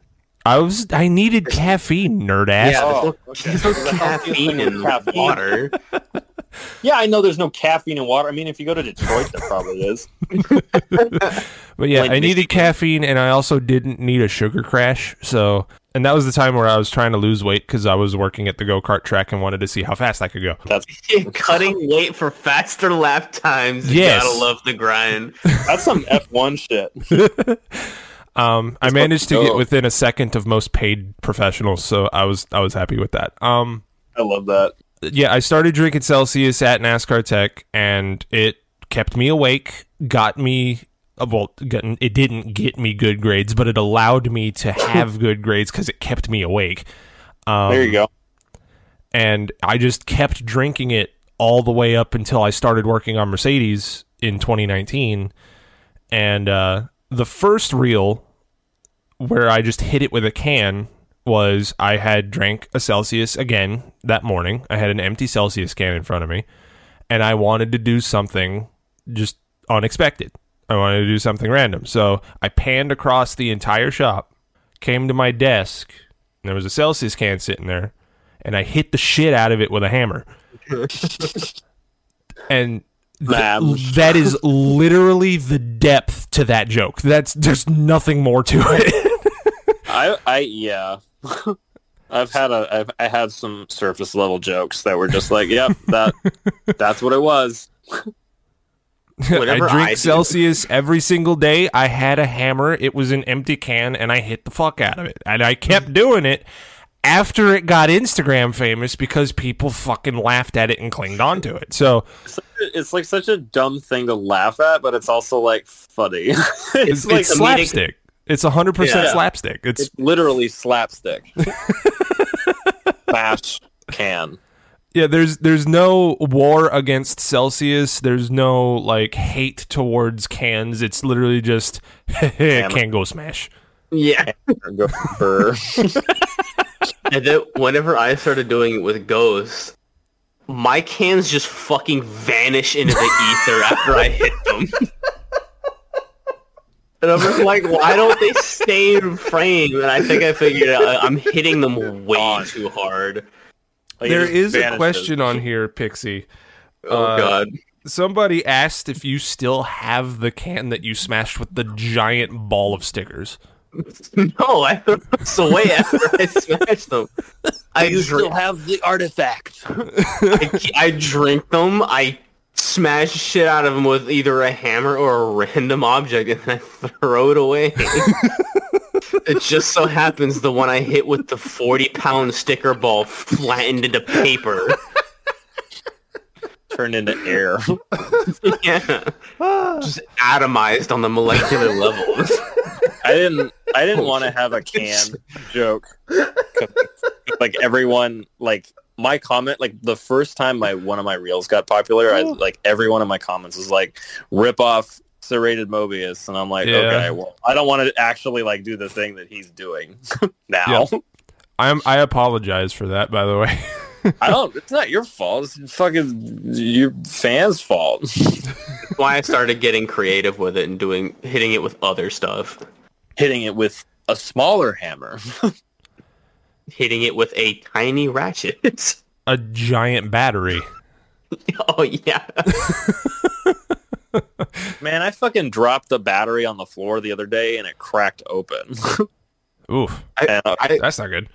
S2: I was I needed caffeine, nerd ass.
S4: [laughs] yeah,
S1: Oh,
S4: there's
S1: okay.
S4: no, there's no caffeine in
S1: Caffeine.
S4: [laughs] water.
S1: yeah, I know there's no caffeine in water. I mean, if you go to Detroit, there probably is.
S2: But yeah,
S4: Like
S2: I needed
S4: Michigan.
S2: caffeine, and I also didn't need a sugar crash. So, and that was the time where I was trying to lose weight because I was working at the go kart track and wanted to see how fast I could go.
S4: cutting weight for faster lap times.
S2: Yes.
S4: You gotta love the grind.
S1: That's some F1 shit.
S2: Um, I managed to
S1: fucking
S4: Oh.
S2: get
S1: go.
S2: within a second of most paid professionals, so I was I was happy with that. Um,
S1: I love that.
S2: yeah, I started drinking Celsius at NASCAR Tech, and it kept me awake, got me. uh, Well, got- it didn't get me good grades, but it allowed me to have good grades because it kept me awake. Um,
S1: There you go.
S2: And I just kept drinking it all the way up until I started working on Mercedes in 2019. And uh, the first reel where I just hit it with a can was I had drank a Celsius again that morning. I had an empty Celsius can in front of me, and I wanted to do something just unexpected. I wanted to do something random. So I panned across the entire shop, came to my desk, and there was a Celsius can sitting there, and I hit the shit out of it with
S1: [laughs]
S2: a hammer. and th-
S1: Bam. [laughs]
S2: that is literally the depth to that joke. That's there's nothing more to it.
S1: I, I, yeah. [laughs] I've had a, I've, I had some surface level jokes that were just like, yep,
S2: [laughs]
S1: that, that's what it was.
S4: Whatever
S2: I drink
S4: I do.
S2: Celsius every single day. I had a hammer. It was an empty can, and I hit the fuck out of it. And I
S1: Mm.
S2: kept doing it after it got Instagram famous because people fucking laughed at it and clinged onto it. So
S1: It's like such a dumb thing to laugh at, but it's also like funny. [laughs] it's,
S2: it's,
S1: like
S2: it's
S1: a meeting-
S2: slapstick. It's hundred percent
S1: Yeah.
S2: slapstick. It's
S1: It's literally slapstick.
S2: [laughs]
S1: Bash can.
S2: yeah. There's there's no war against Celsius. There's no like hate towards cans. It's literally just [laughs] can go smash.
S4: Yeah.
S1: Go for-
S4: [laughs] And then whenever I started doing it with Ghost, my cans just fucking vanish into the ether after I hit them. And I'm just like, why don't they stay in frame? And I think I figured out I'm hitting them way too hard.
S1: Like, it
S2: There
S1: just
S2: is a
S1: vanishes.
S2: question on here, Pixie.
S4: Oh
S2: Uh,
S4: god.
S2: Somebody asked if you still have the can that you smashed with the giant ball of stickers.
S4: [laughs] No, I threw this away after [laughs] I smashed them. I drink,
S1: have the artifact.
S4: I, I drink them. I smash shit out of them with either a hammer or a random object, and then I throw it away. it just so happens the one I hit with the forty-pound sticker ball flattened into paper. [laughs]
S1: Turned into air.
S4: yeah, just atomized on the molecular level.
S1: I didn't. I didn't want to have a can joke. Like everyone, like my comment, like the first time my one of my reels got popular, I like every one of my comments was like, "Rip off serrated Mobius," and I'm like,
S2: Yeah.
S1: okay, well, I don't want to actually like do the thing that he's doing [laughs] now.
S2: I'm I apologize for that, by the way. [laughs]
S1: I don't. It's not your fault. It's fucking your fans' fault. [laughs]
S4: Why I started getting creative with it and doing hitting it with other stuff.
S1: Hitting it with a smaller hammer. [laughs]
S4: Hitting it with a tiny ratchet. [laughs]
S2: A giant battery.
S4: Oh yeah.
S1: Man, I fucking dropped the battery on the floor the other day and it cracked open. [laughs]
S2: Oof,
S1: And uh, I-
S2: that's not good.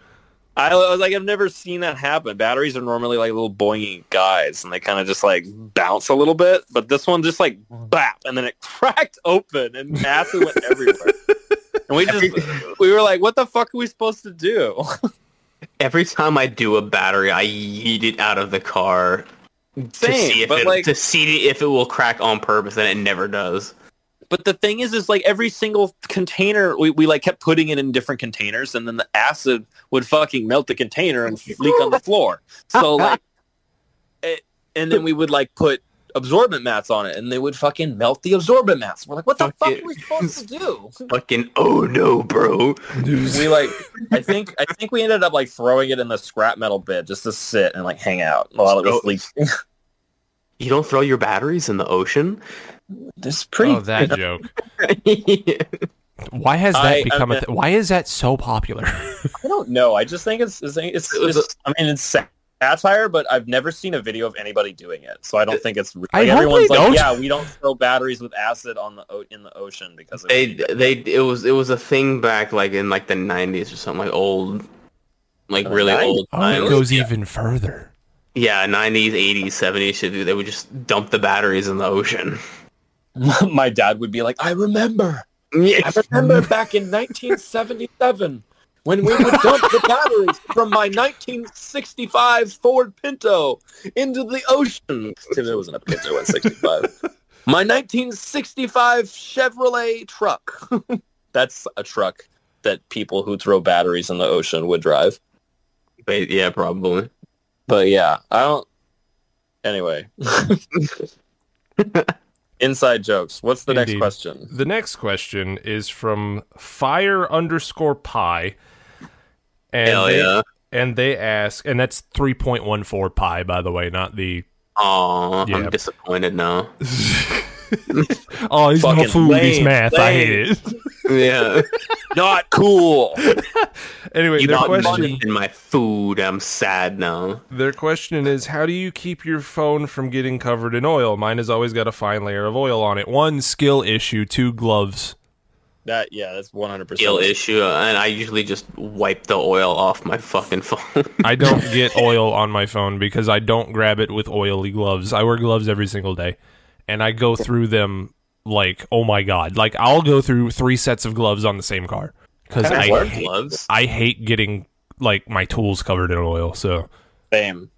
S1: I was like, I've never seen that happen. Batteries are normally like little boingy guys, and they kind of just like bounce a little bit. But this one just like bap, and then it [laughs] cracked open, and acid went everywhere. And we just we were like, what the fuck are we supposed to do?
S4: Every time I do a battery, I yeet it out of the car to
S1: Same,
S4: see if
S1: but
S4: it,
S1: like-
S4: to see if it will crack on purpose, and it never does.
S1: But the thing is, is like every single container, we, we like kept putting it in different containers, and then the acid would fucking melt the container and leak on the floor.
S4: [laughs]
S1: So like, it, and then we would like put absorbent mats on it, and they would fucking melt the absorbent mats. We're like, what the
S4: Fuck
S1: fuck
S4: it.
S1: are we supposed to
S4: [laughs]
S1: do?
S4: Fucking oh no, bro!
S1: we like, I think I think we ended up like throwing it in the scrap metal bin just to sit and like hang out while it was
S4: Oh.
S1: leaking.
S4: You don't throw your batteries in
S1: [laughs]
S4: the ocean.
S1: That's pretty.
S2: oh, that joke.
S4: I
S2: Why has that
S1: I-
S2: become a
S1: I'm-
S2: th- Why is that so popular?
S1: I don't know. I just think it's it's, it's,
S4: It was
S1: it's I mean it's sa- satire, but I've never seen a video of anybody doing it, so I don't think it's. re-
S2: I
S1: Like,
S2: hope
S1: everyone's
S2: they
S1: like,
S2: don't.
S1: yeah, we don't throw batteries with acid on the o- in the ocean because of
S4: they they it was it was a thing back like in like the '90s or something like old, like
S1: The
S4: really
S1: 90s?
S4: old.
S2: Oh, it
S4: times.
S2: goes even further.
S4: yeah, '90s, '80s, '70s. Shit, they would just dump the batteries in
S1: [laughs]
S4: the ocean.
S1: My dad would be like, I remember, I remember back in 1977 when we would dump the batteries from my 1965 Ford Pinto into the ocean. Tim, it wasn't a Pinto in 65. My 1965 Chevrolet truck. That's a truck that people who throw batteries in the ocean would drive.
S4: Ba- yeah, probably.
S1: But yeah, I don't. Anyway. Inside jokes. What's the next
S2: Indeed.
S1: question?
S2: The next question is from fire underscore pie. And
S4: Hell
S2: they-
S4: yeah.
S2: and they ask, and that's 3.14 pi, by the way, not the
S4: Oh,
S2: Yeah.
S4: I'm
S2: [laughs]
S4: disappointed now.
S2: oh, he's not
S1: Fucking
S2: food. He's
S1: lame,
S2: math. I hate it.
S4: yeah,
S1: Not cool.
S2: [laughs] anyway,
S4: you
S2: their
S4: got
S2: question
S4: money in my food. I'm sad now.
S2: their question is how do you keep your phone from getting covered in oil? Mine has always got a fine layer of oil on it. One skill issue, two gloves.
S1: That yeah, that's one hundred
S4: Skill
S1: percent.
S4: issue, uh, and I usually just wipe the oil off my fucking [laughs] phone.
S2: I don't get oil on my phone because I don't grab it with oily gloves. I wear gloves every single day, and I go through them like oh my god, like I'll go through three sets of gloves on the same car because
S1: Kinda
S2: I
S4: wear
S2: hate-
S4: gloves.
S2: I hate getting like my tools covered in oil. So
S1: Same.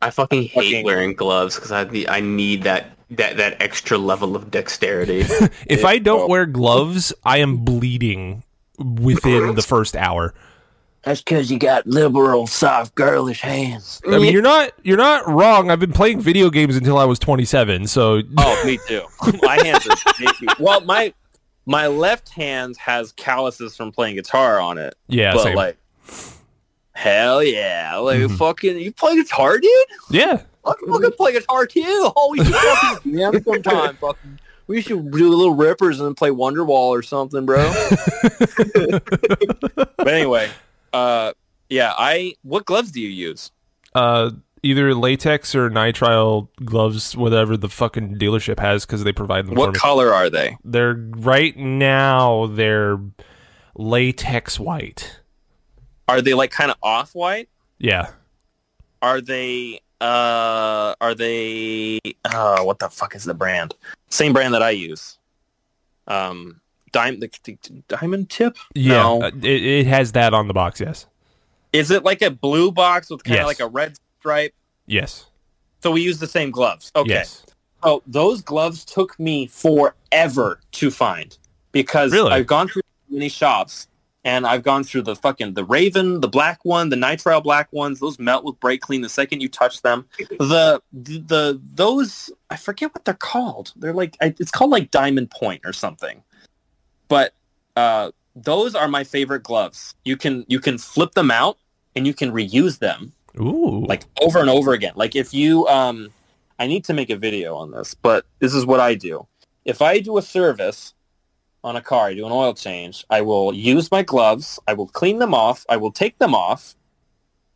S4: I fucking hate
S1: Fucking-
S4: wearing gloves because I ne- I need that that that extra level
S2: [laughs]
S4: of dexterity.
S2: if I don't wear gloves, I am bleeding within the first hour.
S3: That's because you got liberal, soft, girlish hands.
S2: I mean, you're not you're not wrong. I've been playing video games until I was 27, so
S1: Oh, me too. My hands are well. My my left hand has calluses from playing guitar on it,
S2: yeah,
S1: but
S2: same.
S1: like, hell yeah, like
S2: Mhm.
S1: fucking, you play guitar, dude?
S2: yeah.
S1: I fucking play guitar too. Holy shit,
S3: [laughs]
S1: fucking jam sometime. Fucking, we should do a little rippers and then play Wonderwall or something,
S2: [laughs]
S1: bro. but anyway, uh, yeah, I. What gloves do you use?
S2: Uh, either latex or nitrile gloves, whatever the fucking dealership has, because they provide them for
S1: What
S2: me.
S1: color are they?
S2: they're right now they're latex white.
S1: Are they like kind of off white?
S2: Yeah,
S1: Are they? Uh, are they? Uh, what the fuck is the brand? Same brand that I use. Um, diamond. The, the diamond tip.
S2: yeah.
S1: No.
S2: uh, It, it has that on the box. Yes,
S1: Is it like a blue box with kind of
S2: Yes.
S1: like a red stripe?
S2: yes,
S1: So we use the same gloves. Okay.
S2: yes.
S1: Oh, those gloves took me forever to find because
S2: Really?
S1: I've gone through many shops and I've gone through the fucking the Raven, the black one, the nitrile black ones. Those melt with brake clean the second you touch them. The the those I forget what they're called. They're like I, it's called like Diamond Point or something. But uh, those are my favorite gloves. You can you can flip them out and you can reuse them
S2: Ooh,
S1: like [laughs] over and over again. Like if you, um, I need to make a video on this, but this is what I do. If I do a service on a car, I do an oil change. I will use my gloves. I will clean them off. I will take them off,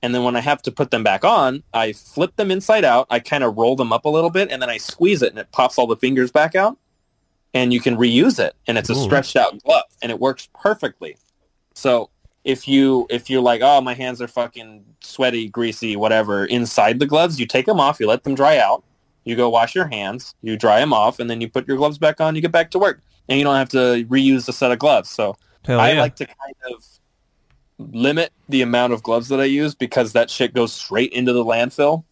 S1: and then when I have to put them back on, I flip them inside out. I kind of roll them up a little bit, and then I squeeze it, and it pops all the fingers back out. And you can reuse it, and it's a
S2: Ooh.
S1: stretched out glove, and it works perfectly. So if you if you're like oh my hands are fucking sweaty greasy whatever inside the gloves you take them off you let them dry out you go wash your hands you dry them off and then you put your gloves back on you get back to work and you don't have to reuse a set of gloves so
S2: Hell
S1: i
S2: yeah.
S1: like to kind of limit the amount of gloves that i use because that shit goes straight into the landfill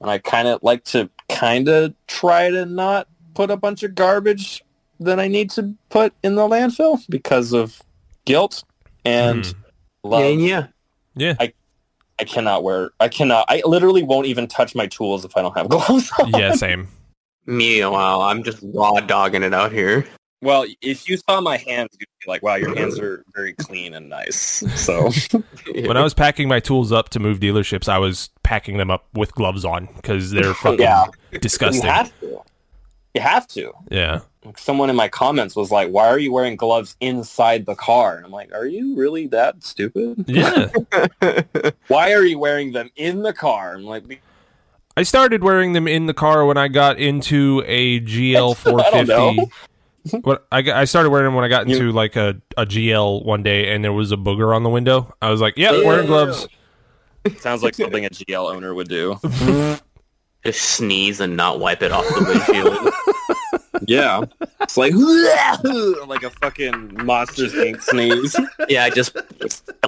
S1: and i kind of like to kind of try to not put a bunch of garbage that i need to put in the landfill because of guilt
S2: Hmm.
S1: and love
S4: Yeah, yeah.
S2: yeah,
S1: I cannot wear. I cannot. I literally won't even touch my tools if I don't have [laughs] gloves. on.
S2: yeah, same.
S4: Meanwhile, I'm just raw dogging it out here.
S1: Well, if you saw my hands, you'd be like, "Wow, your hands are very clean and nice." So
S2: when I was packing my tools up to move dealerships, I was packing them up with gloves on because they're
S1: [laughs]
S2: fucking
S1: Yeah. you
S2: disgusting.
S1: have to. You have to.
S2: yeah,
S1: Someone in my comments was like, "Why are you wearing gloves inside the car?" And I'm like, "Are you really that stupid?
S2: yeah.
S1: Why are you wearing them in the car?" I'm like,
S2: I started wearing them in the car when I got into a GL
S1: [laughs] I don't
S2: 450.
S1: know. [laughs]
S2: What I, got- I started wearing them when I got
S1: You-
S2: into like a, a GL one day, and there was a booger on the window. I was like, "Yep, wearing
S1: Ew.
S2: gloves."
S1: [laughs] "Sounds like something a GL owner would do."
S4: [laughs] just sneeze and not wipe it off the windshield.
S1: [laughs]
S2: [laughs]
S1: yeah, it's like [laughs] like a fucking monsters Inc. sneeze.
S4: yeah, just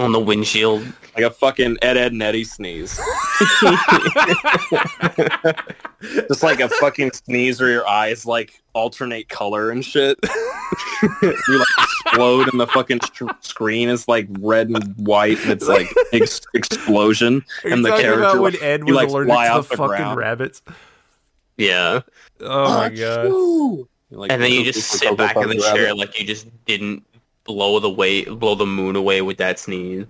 S4: on the windshield.
S1: Like a fucking Ed Ed and Eddie sneeze. Just like a fucking sneeze where your eyes like alternate color and shit. you like explode and the fucking str- screen is like red and white and it's like ex- explosion and the character like,
S2: Ed
S1: you, was like, allergic fly to the off the fucking ground.
S2: rabbits.
S4: Yeah,
S2: Oh my god!
S1: "Achoo!" You're like,
S4: and then you
S1: "Ooh,
S4: just
S1: ooh,
S4: sit
S1: ooh,
S4: back
S1: ooh,
S4: in the
S1: ooh, ooh,
S4: chair
S1: ooh."
S4: like you just didn't blow the way blow the moon away with that sneeze.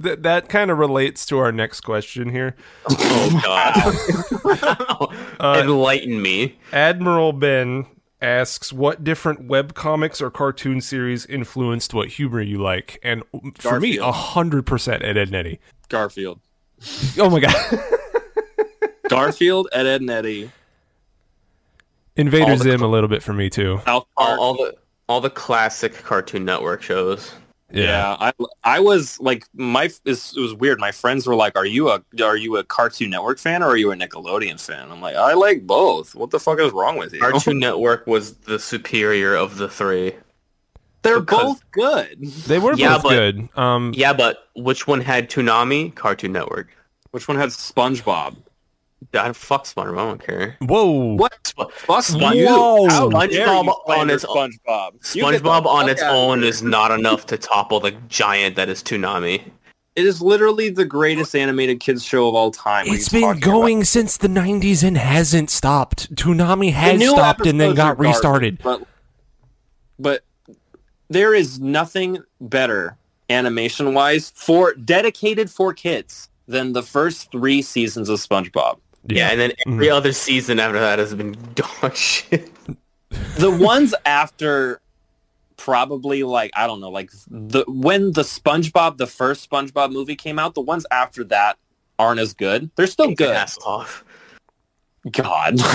S2: That that kind of relates to our next question here.
S4: Oh god. [laughs]
S2: Uh,
S4: Enlighten me.
S2: Admiral Ben asks what different web comics or cartoon series influenced what humor you like and for me
S1: Garfield.
S2: 100% ed, ed and eddie
S1: Garfield.
S2: oh my god
S1: Garfield, Ed, Ed, and Eddie,
S2: invader
S1: All the
S2: zim a little bit for me too
S1: South Park.
S4: All, all the all the classic Cartoon Network shows.
S1: yeah. I I was like my it's- it was weird. My friends were like, "Are you a are you a Cartoon Network fan or are you a Nickelodeon fan?" I'm like, "I like both. What the fuck is wrong with you?"
S4: Cartoon Network was the superior of the three.
S1: They're
S4: because-
S1: both good.
S2: they were
S4: Yeah,
S2: both
S4: but-
S2: good um
S4: Yeah, but which one had Toonami? Cartoon Network.
S1: Which one has SpongeBob?
S4: I fuck SpongeBob. I don't care.
S2: whoa
S1: What? Fuck
S4: Sponge-
S1: you.
S2: Whoa.
S1: How dare
S4: SpongeBob
S1: you slander
S4: on its own-
S1: SpongeBob. You get the
S4: SpongeBob on
S1: fuck
S4: its
S1: out of
S4: own
S1: here.
S4: is not enough to topple the giant that is Toonami.
S1: It is literally the greatest animated kids show of all time. What
S2: It's
S1: are you
S2: been
S1: talking about?
S2: going since the 90s and hasn't stopped. Toonami
S1: The
S2: has
S1: new
S2: stopped and then
S1: episodes
S2: got
S1: are garbage,
S2: restarted.
S1: But, but there is nothing better animation wise for dedicated for kids than the first three seasons of SpongeBob.
S4: Yeah, and then every
S1: Mm-hmm.
S4: other season after that has been [laughs] dog shit.
S2: [laughs]
S1: The ones after probably like I don't know, like the when the SpongeBob the first SpongeBob movie came out, the ones after that aren't as good. They're still good.
S4: Ass off.
S1: God. [laughs]
S4: [laughs]
S2: [laughs] All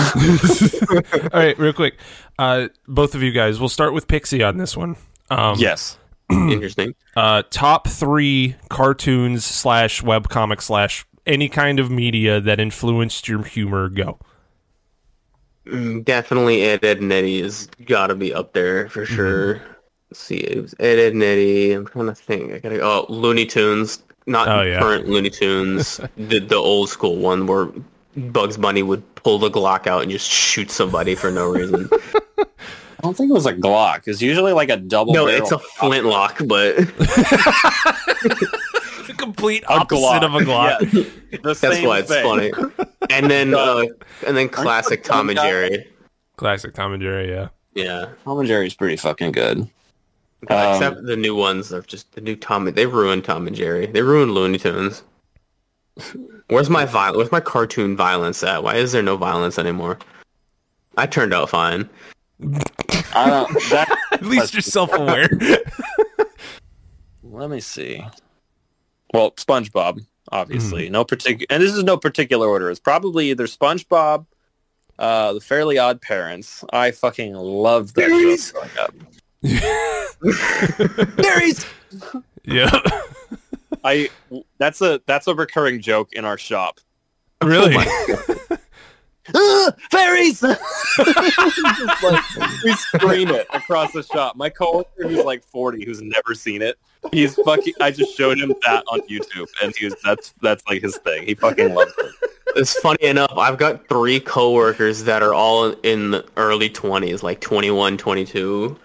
S2: right, real quick. Uh, both of you guys, we'll start with Pixie on this one. Um,
S1: yes.
S4: Interesting.
S2: uh, top three cartoons slash webcomic slash any kind of media that influenced your humor go.
S4: Mm, Definitely Ed, Ed, and Eddie has got to be up there
S1: Mm-hmm.
S4: for sure. Let's see, it was Ed, Ed, and Eddie. I'm trying to think. I gotta. Oh, Looney Tunes. Not
S2: Oh, yeah.
S4: current
S1: [laughs]
S4: Looney Tunes. the the old school one where Bugs Bunny would pull the Glock out and just shoot somebody for no
S1: [laughs]
S4: reason.
S1: I don't think it was a Glock. It's usually like a double
S4: no,
S1: barrel.
S4: it's a flintlock,
S1: [laughs]
S4: but
S2: The complete
S1: Glock.
S2: Glock.
S4: [laughs]
S1: Yeah. The
S4: that's
S1: same
S4: why it's
S1: thing.
S4: funny.
S1: [laughs]
S4: And then uh, and then classic Tom and
S1: guy?
S4: Jerry.
S2: Classic Tom and Jerry, [laughs] yeah.
S4: Yeah.
S1: Tom and Jerry's pretty fucking good. Um,
S4: Except the new ones are just the new Tom. and They ruined Tom and Jerry. They ruined Looney Tunes. Where's my viol- Where's my cartoon violence at? Why is there no violence anymore? I turned out fine.
S1: I don't. That,
S2: [laughs] At least you're self aware.
S1: let me see. Hmm. Well, SpongeBob, obviously, no particular, and this is no particular order. It's probably either SpongeBob, uh, The Fairly Odd Parents. I fucking loved that
S4: Berries.
S1: show. growing up.
S2: yeah.
S1: I that's a that's a recurring joke in our shop.
S2: Really?
S1: Ah, [laughs] fairies! Just like, we scream it across the shop. My coworker, who's like 40, who's never seen it, he's fucking. I just showed him that on YouTube, and he was that's that's like his thing. He fucking loves it.
S4: It's funny enough. I've got three coworkers that are all in the early twenties, like 21, 22,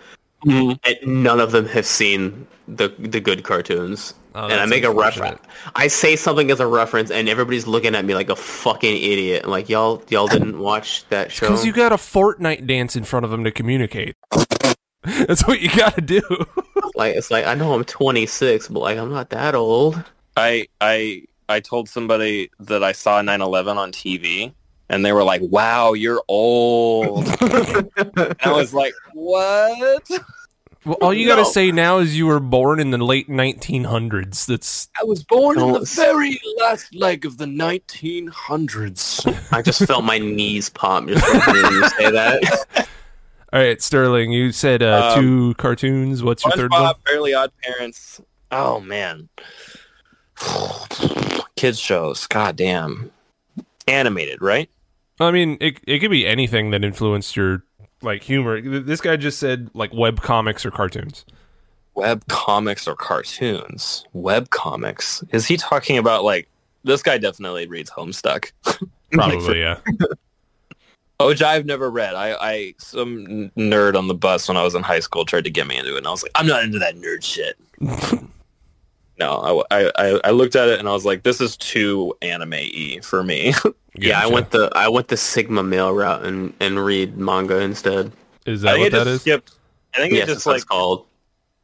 S4: and none of them have seen the the good cartoons.
S2: Oh,
S4: and I
S2: that's
S4: make a
S2: unfortunate.
S4: reference. I say something as a reference, and everybody's looking at me like a fucking idiot. Like y'all, y'all didn't watch that show.
S2: Because you got a Fortnite dance in front of them to communicate. [laughs] That's what you got to do.
S4: Like it's like I know I'm 26, but like I'm not that old.
S1: I I I told somebody that I saw 9/11 on TV, and they were like, "Wow, you're old." and I was like, "What?"
S2: Well, all you got to
S1: No.
S2: say now is you were born in the late 1900s. That's
S1: I was born
S4: in
S1: in
S4: the
S1: the very last leg of the 1900s.
S4: I just
S2: [laughs]
S4: felt my knees pop just when you say that.
S2: all right, Sterling. You said uh,
S1: Um,
S2: two cartoons. What's your third one?
S1: SpongeBob, Fairly Odd Parents. Oh man, [sighs] kids shows. God damn, animated, right?
S2: I mean, it it could be anything that influenced your like humor. Th- This guy just said like web comics or cartoons.
S1: Web comics or cartoons? Web comics. Is he talking about like this guy? Definitely reads Homestuck. [laughs]
S2: Probably, yeah.
S1: Which I've never read. I, I some n- nerd on the bus when I was in high school tried to get me into it, and I was like, I'm not into that nerd
S2: [laughs]
S1: shit. no, I, I, I looked at it and I was like, this is too anime-y for me.
S4: yeah, I
S2: Gotcha.
S4: went the I went the Sigma male route and and read manga instead.
S2: Is
S1: I
S2: that
S1: think
S2: what
S1: it
S2: that
S1: just
S2: is?
S1: skipped. I think
S4: Yes,
S1: it just
S4: that's what
S1: like
S4: it's called.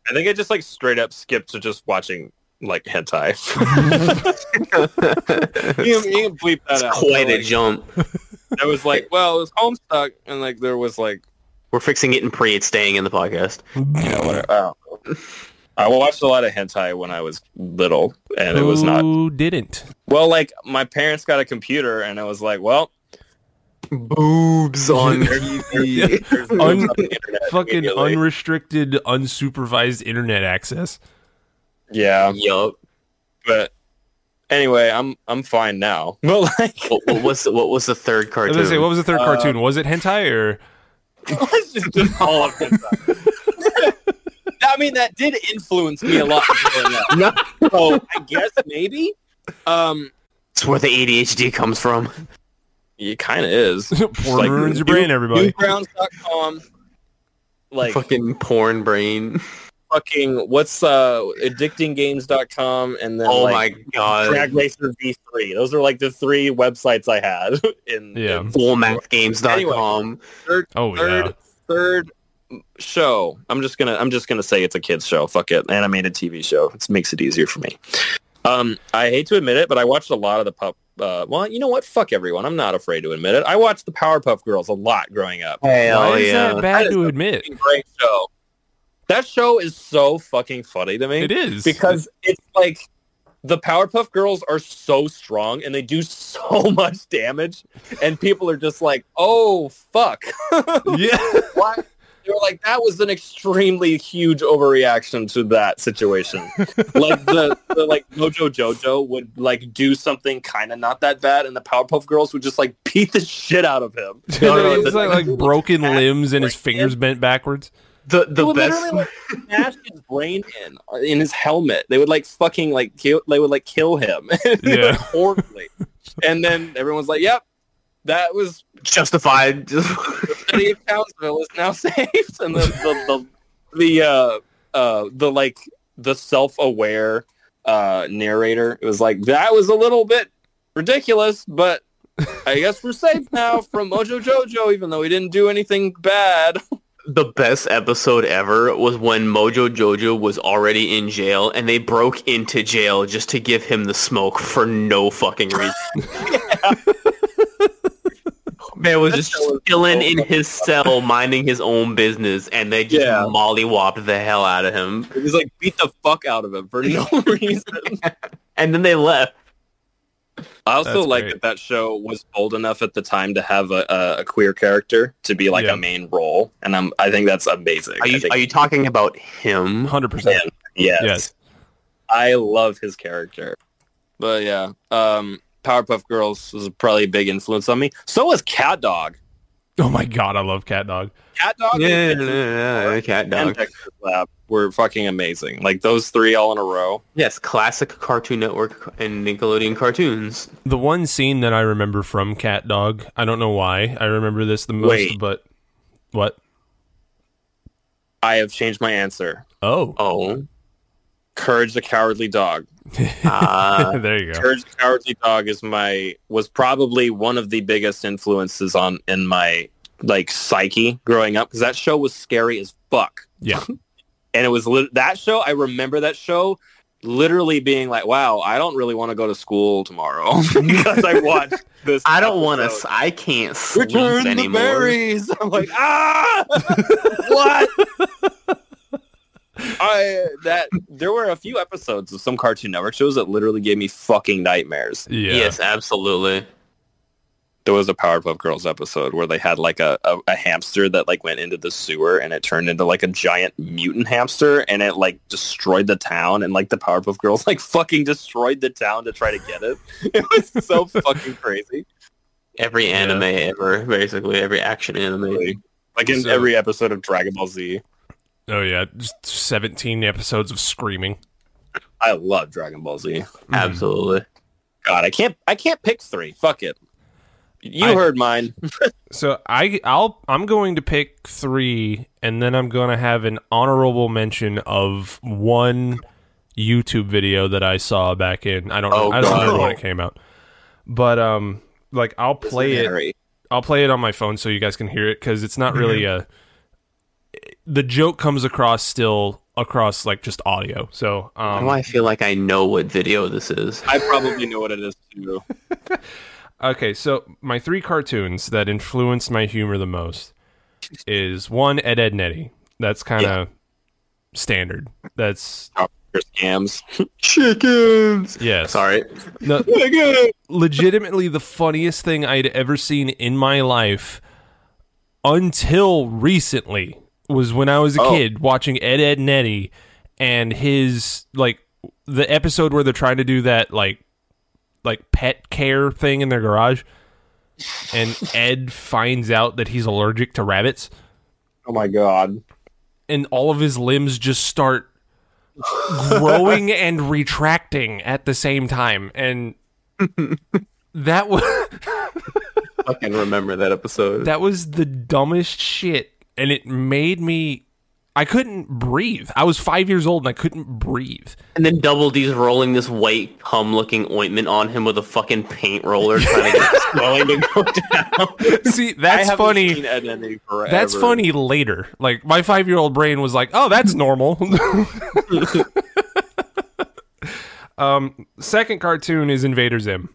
S1: I think I just like straight up skipped to just watching like hentai. [laughs]
S4: [laughs]
S1: you, you can bleep that
S4: It's
S1: out.
S4: quite
S1: but,
S4: a
S1: like,
S4: jump.
S1: I was like, well, it was Homestuck, and like there was like
S4: We're fixing it in pre. It's staying in the podcast.
S1: you know whatever. I, don't know. I watched a lot of hentai when I was little, and it was not
S2: Who didn't?
S1: well. Like my parents got a computer, and I was like, well,
S4: [laughs] Boobs on TV.
S1: there's no
S2: Un-
S1: internet
S2: Fucking
S1: immediately.
S2: unrestricted, unsupervised internet access. [laughs]
S1: yeah.
S4: yup.
S1: But anyway, I'm I'm fine now. [laughs] But like,
S4: What, what was the, what was the third
S2: I was
S4: cartoon?
S2: gonna say, what was the
S1: Uh,
S2: third cartoon? Was it
S1: [laughs]
S2: hentai or?
S1: Let's just do all of this. I mean, that did influence me a lot. growing up.
S4: No.
S1: So I guess maybe. Um,
S4: It's where the ADHD
S2: [laughs]
S4: comes from.
S1: it kind of is.
S2: Porn
S1: like-
S2: ruins your brain, everybody.
S1: Newgrounds.com. Like fucking,
S4: Fucking porn brain.
S1: what's uh addictinggames.com and then
S4: Oh
S1: like
S4: my god.
S1: Drag Racer V3. Those are like the three websites I had [laughs] in
S2: Yeah.
S1: in
S4: Fullmathgames.com.
S2: Oh
S1: third
S2: yeah.
S1: third show. I'm just gonna I'm just gonna say it's a kids show. Fuck it, animated TV show. It makes it easier for me. Um, I hate to admit it, but I watched a lot of the pup. Uh, well, you know what? Fuck everyone. I'm not afraid to admit it. I watched the Powerpuff Girls a lot growing up.
S4: Hell
S2: Why is
S4: yeah.
S2: that bad
S1: Oh, That
S2: to
S1: is-
S2: admit?
S1: Fucking Great show. That show is so fucking funny to me
S2: It is
S1: because it's like the Powerpuff Girls are so strong and they do [laughs] so much damage, and people are just like, "Oh fuck."
S2: [laughs] yeah.
S1: why they were like that was an extremely huge overreaction to that
S4: [laughs]
S1: situation like the, the like mojo jojo would like do something kind of not that bad and the powerpuff girls would just like beat the shit out of him
S4: [laughs] No, no,
S2: It's
S4: the-
S2: like, like broken
S1: Ass
S2: limbs and his
S1: break
S2: fingers bent backwards.
S4: The
S1: they
S4: the
S1: would
S4: best
S1: literally
S4: [laughs]
S1: like smash his brain in uh, in his helmet they would like fucking like kill they would like kill him [laughs]
S2: Yeah.
S1: horribly and then everyone's like yep that was
S4: justified [laughs]
S1: city of Townsville is now [laughs] safe, and the the the, the uh uh the like the self aware uh narrator it was like that was a little bit ridiculous, but I guess we're safe now from Mojo Jojo, even though he didn't do anything bad.
S4: the best episode ever was when Mojo Jojo was already in jail and they broke into jail just to give him the smoke for
S1: [laughs]
S4: no fucking reason. Man was
S1: That
S4: just
S1: show was
S4: chilling
S1: so
S4: in
S1: fucking
S4: his cell, minding his own business, and they just
S1: Yeah.
S4: mollywopped the hell out of him.
S1: It was like beat the fuck out of him for [laughs] no reason.
S4: And then they left.
S1: I also
S2: That's
S1: like
S2: great.
S1: that that show was bold enough at the time to have a, a, a queer character to be like
S2: Yeah.
S1: a main role, and I'm I think that's amazing.
S4: Are
S1: I
S4: you
S1: think,
S4: are you talking about him?
S2: Hundred percent.
S1: yes.
S2: Yes.
S1: I love his character. But yeah, um, Powerpuff Girls was probably a big influence on me. So was Cat Dog.
S2: Oh my god, I love Cat Dog.
S1: Cat Dog
S4: Yeah, yeah,
S1: and,
S4: yeah, yeah, cat
S1: and
S4: dog.
S1: Dexter's Lab were fucking amazing. Like those three all in a row.
S4: Yes, classic Cartoon Network and Nickelodeon cartoons.
S2: The one scene that I remember from Cat Dog, I don't know why I remember this the most,
S1: Wait.
S2: but what?
S1: I have changed my answer.
S2: Oh,
S4: Oh,
S1: Courage the Cowardly Dog. [laughs]
S2: [laughs]
S4: uh,
S2: there you go.
S1: Courage the Cowardly Dog is my was probably one of the biggest influences on in my like psyche growing up because that show was scary as fuck.
S2: Yeah.
S1: [laughs] and it was lit- that show. I remember that show literally being like, "Wow, I don't really want to go to school tomorrow [laughs] because I watched this."
S4: [laughs] I don't want
S1: episode.
S4: to. I can't sleep
S1: return the
S4: anymore.
S1: berries. [laughs] I'm like, ah, what? I that there were a few episodes of some Cartoon Network shows that literally gave me fucking nightmares.
S2: Yeah.
S4: Yes, absolutely.
S1: there was a Powerpuff Girls episode where they had like a, a, a hamster that like went into the sewer and it turned into like a giant mutant hamster and it like destroyed the town and like the Powerpuff Girls like fucking destroyed the town to try to get it. [laughs] It was so fucking crazy.
S4: Every anime ever, basically every action anime.
S1: Like in
S2: So-
S1: every episode of Dragon Ball Z.
S2: Oh yeah. Just Seventeen episodes of screaming.
S1: I love Dragon Ball Z.
S4: Hmm. Absolutely.
S1: God, I can't I can't pick three. Fuck it. You
S2: I-
S1: heard mine.
S2: So I I'll I'm going to pick three, and then I'm going to have an honorable mention of one YouTube video that I saw back in I don't know
S4: Oh,
S2: I don't remember
S1: God.
S2: when it came out, but um like I'll play it
S1: Harry.
S2: I'll play it on my phone
S4: Mm-hmm.
S2: so you guys can hear it because it's not really a. The joke comes across still across like just audio. So
S4: Why
S2: um,
S4: do I feel like I know what video this is?
S1: I probably know what it is too.
S2: Okay, so my three cartoons that influenced my humor the most is one Ed Ed and Eddy. That's kind of standard. That's
S1: Your scams.
S4: Chickens.
S2: yes.
S4: Sorry.
S2: No,
S4: Chickens.
S2: legitimately the funniest thing I'd ever seen in my life until recently was when I was a
S1: Oh.
S2: kid watching Ed Ed and Eddy and his like the episode where they're trying to do that like like pet care thing in their garage and Ed finds out that he's allergic to rabbits
S1: Oh my god.
S2: and all of his limbs just start growing and retracting at the same time and that was
S4: Fucking remember that episode.
S2: that was the dumbest shit and it made me I couldn't breathe. I was 5 years old and I couldn't
S1: [laughs]
S2: breathe.
S4: and then Double D's rolling this white cum looking ointment on him with a fucking paint roller trying to get [laughs] the swelling to go [laughs] down.
S2: See,
S1: I
S2: that's
S1: haven't
S2: funny.
S1: seen Ed and Eddie forever.
S2: That's funny later. Like my 5-year-old brain was like, "Oh,
S1: [laughs]
S2: that's normal." [laughs] um second cartoon is Invader Zim.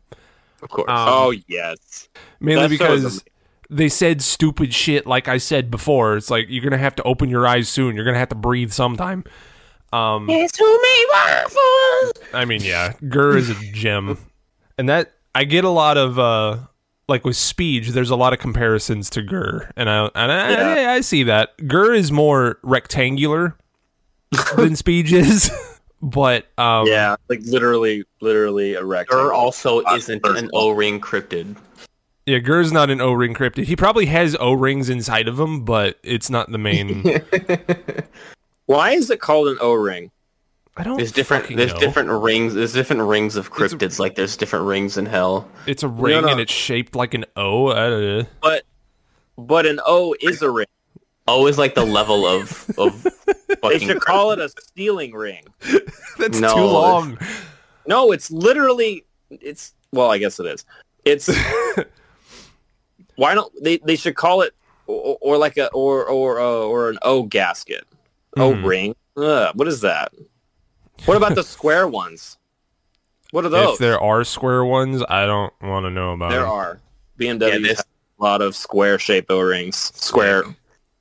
S4: Of course.
S2: Um,
S1: Oh yes.
S2: mainly
S1: That show is
S2: because they said stupid shit like I said before. It's like you're gonna have to open your eyes soon. You're gonna have to breathe sometime. Um,
S4: it's who me work for.
S2: I mean, yeah, Gurr is a gem, [laughs] and that I get a lot of uh, like with speech. There's a lot of comparisons to Gurr, and I and I, I, I see that Gurr is more
S4: [laughs]
S2: rectangular than speech is, [laughs] but um,
S1: Yeah, like literally, literally a rectangle.
S4: Gur also
S1: Uh,
S4: isn't
S1: first
S4: an
S1: of all.
S4: O-ring cryptid.
S2: Yeah, Gurr's not an O ring cryptid. He probably has O rings inside of him, but it's not the
S4: [laughs]
S2: main.
S1: Why is it called an O-ring?
S2: I don't.
S4: There's different.
S2: fucking
S4: There's
S2: know.
S4: different rings. There's different rings of cryptids. like there's different rings in hell.
S2: It's a ring
S1: no.
S2: and it's shaped like an O. Uh,
S1: But but an O is a ring.
S4: Always like the level of
S1: [laughs]
S4: of.
S1: They
S4: Fucking
S1: should call it a stealing ring.
S2: [laughs] that's
S4: No,
S2: too long.
S1: No, it's literally it's well, I guess it is.
S2: [laughs]
S1: It's why don't they they should call it or, or like a or or uh, or an O gasket. O
S2: Hmm.
S1: ring. Ugh, what is that? What about the square ones? What are those?
S2: If there are square ones, I don't want to know about.
S1: There
S2: [laughs] them.
S1: are.
S4: Yeah,
S1: BMW
S4: this-
S1: has a lot of square shape O rings. Square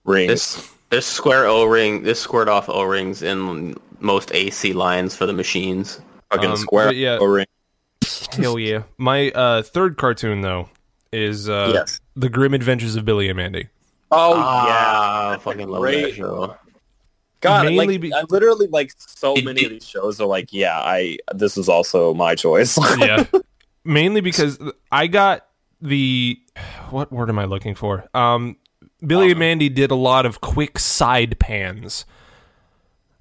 S1: rings.
S4: This there's square O-ring. There's squared off O-rings in most AC lines for the machines.
S1: fucking
S2: um,
S1: square
S2: but yeah.
S1: O ring.
S2: Hell yeah! My uh, third cartoon though is uh,
S1: Yes.
S2: the Grim Adventures of Billy and Mandy.
S1: Oh
S4: Ah,
S1: yeah.
S4: fucking love that
S1: great-
S4: show.
S1: God,
S2: Mainly
S1: like,
S2: be-
S1: I literally like so
S4: It-
S1: many of these shows are like, yeah, I this is also my choice. [laughs]
S2: Yeah, [laughs] mainly because I got the what word am I looking for? Um, Billy and Mandy did a lot of quick side pans.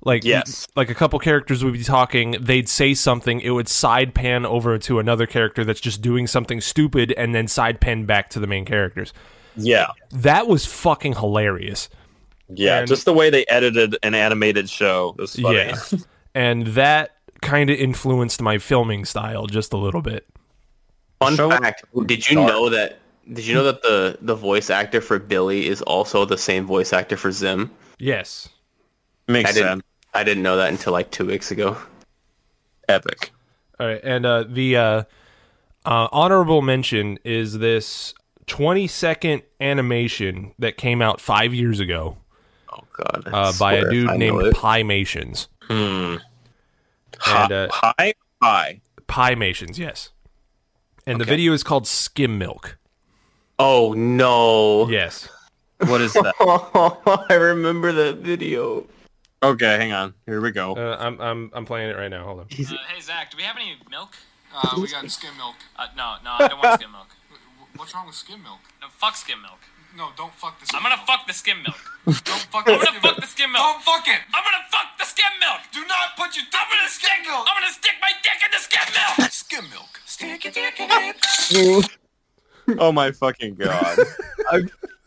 S2: Like
S1: Yes.
S2: like a couple characters would be talking, they'd say something, it would side pan over to another character that's just doing something stupid, and then side pan back to the main characters.
S1: yeah.
S2: That was fucking hilarious.
S1: Yeah.
S2: And-
S1: just the way they edited an animated show was funny.
S2: Yeah, and that kind of influenced my filming style just a little bit.
S4: Fun
S1: Show-
S4: fact: Did you
S1: Dark.
S4: know that? Did you know that the the voice actor for Billy is also the same voice actor for Zim?
S2: Yes,
S1: [laughs] Makes
S4: I
S1: sense.
S4: didn't. I didn't know that until like two weeks ago.
S1: Epic.
S2: All right, and uh, the uh, uh, honorable mention is this 20 second animation that came out five years ago
S4: Oh god. I
S2: uh, by a
S4: swear if I
S2: dude
S4: know
S2: named
S4: it.
S2: Pymations.
S1: Hmm.
S2: And, uh,
S1: Hi, hi.
S2: Pymations, yes. And the
S4: Okay.
S2: video is called Skim Milk.
S4: Oh no.
S2: Yes.
S1: What is that? [laughs]
S4: Oh, I remember that video.
S1: okay, hang on. Here we go.
S2: Uh, I'm, I'm, I'm playing it right now. Hold on.
S5: Uh, hey Zach, do we have any milk? Uh, we got skim milk. Uh, no, no, I don't want
S6: [laughs]
S5: skim milk.
S6: What's wrong with skim milk?
S5: No, fuck skim milk.
S6: No, don't fuck this.
S5: I'm gonna fuck the skim milk.
S6: [laughs] Don't fuck the
S5: I'm gonna
S6: skim
S5: fuck
S6: milk.
S5: the skim milk.
S6: Don't fuck it.
S5: I'm gonna fuck the skim milk.
S6: Do not put your dick
S5: I'm gonna
S6: in skim
S5: stick.
S6: milk.
S5: I'm gonna stick my dick in the skim
S6: [laughs]
S5: milk.
S6: Skim milk. Stick your dick in it.
S1: oh my fucking [laughs] god.
S4: I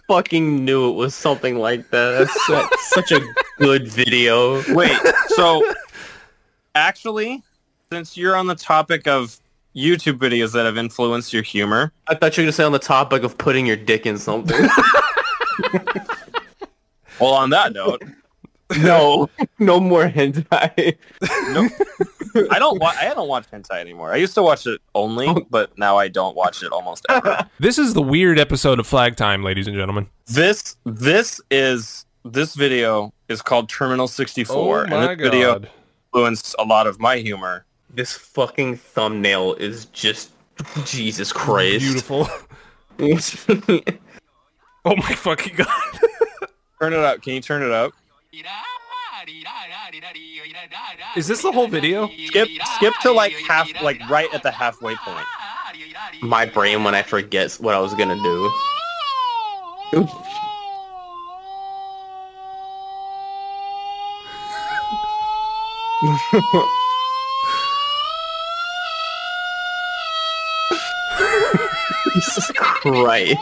S4: fucking knew it was something like that. That's su- such a good video.
S1: Wait, so actually, since you're on the topic of YouTube videos that have influenced your humor,
S4: I thought you were gonna say on the topic of [laughs] putting your dick in something.
S1: well, on that note,
S4: No, no more hentai.
S1: I don't wa- I don't watch hentai anymore. I used to watch it only, [laughs] but now I don't watch it almost ever.
S2: This is the weird episode of Flag Time, ladies and gentlemen.
S1: this this is this video is called Terminal
S2: Oh
S1: 64 and this Oh video influenced a lot of my humor.
S4: This fucking thumbnail is just Jesus Christ.
S2: Beautiful. [laughs] Oh my fucking god. [laughs]
S1: Turn it up. Can you turn it up?
S2: Is this the
S1: [laughs]
S2: whole video?
S1: Skip skip to like half like right at the halfway point.
S4: My brain when I forget what I was gonna do. Jesus Christ.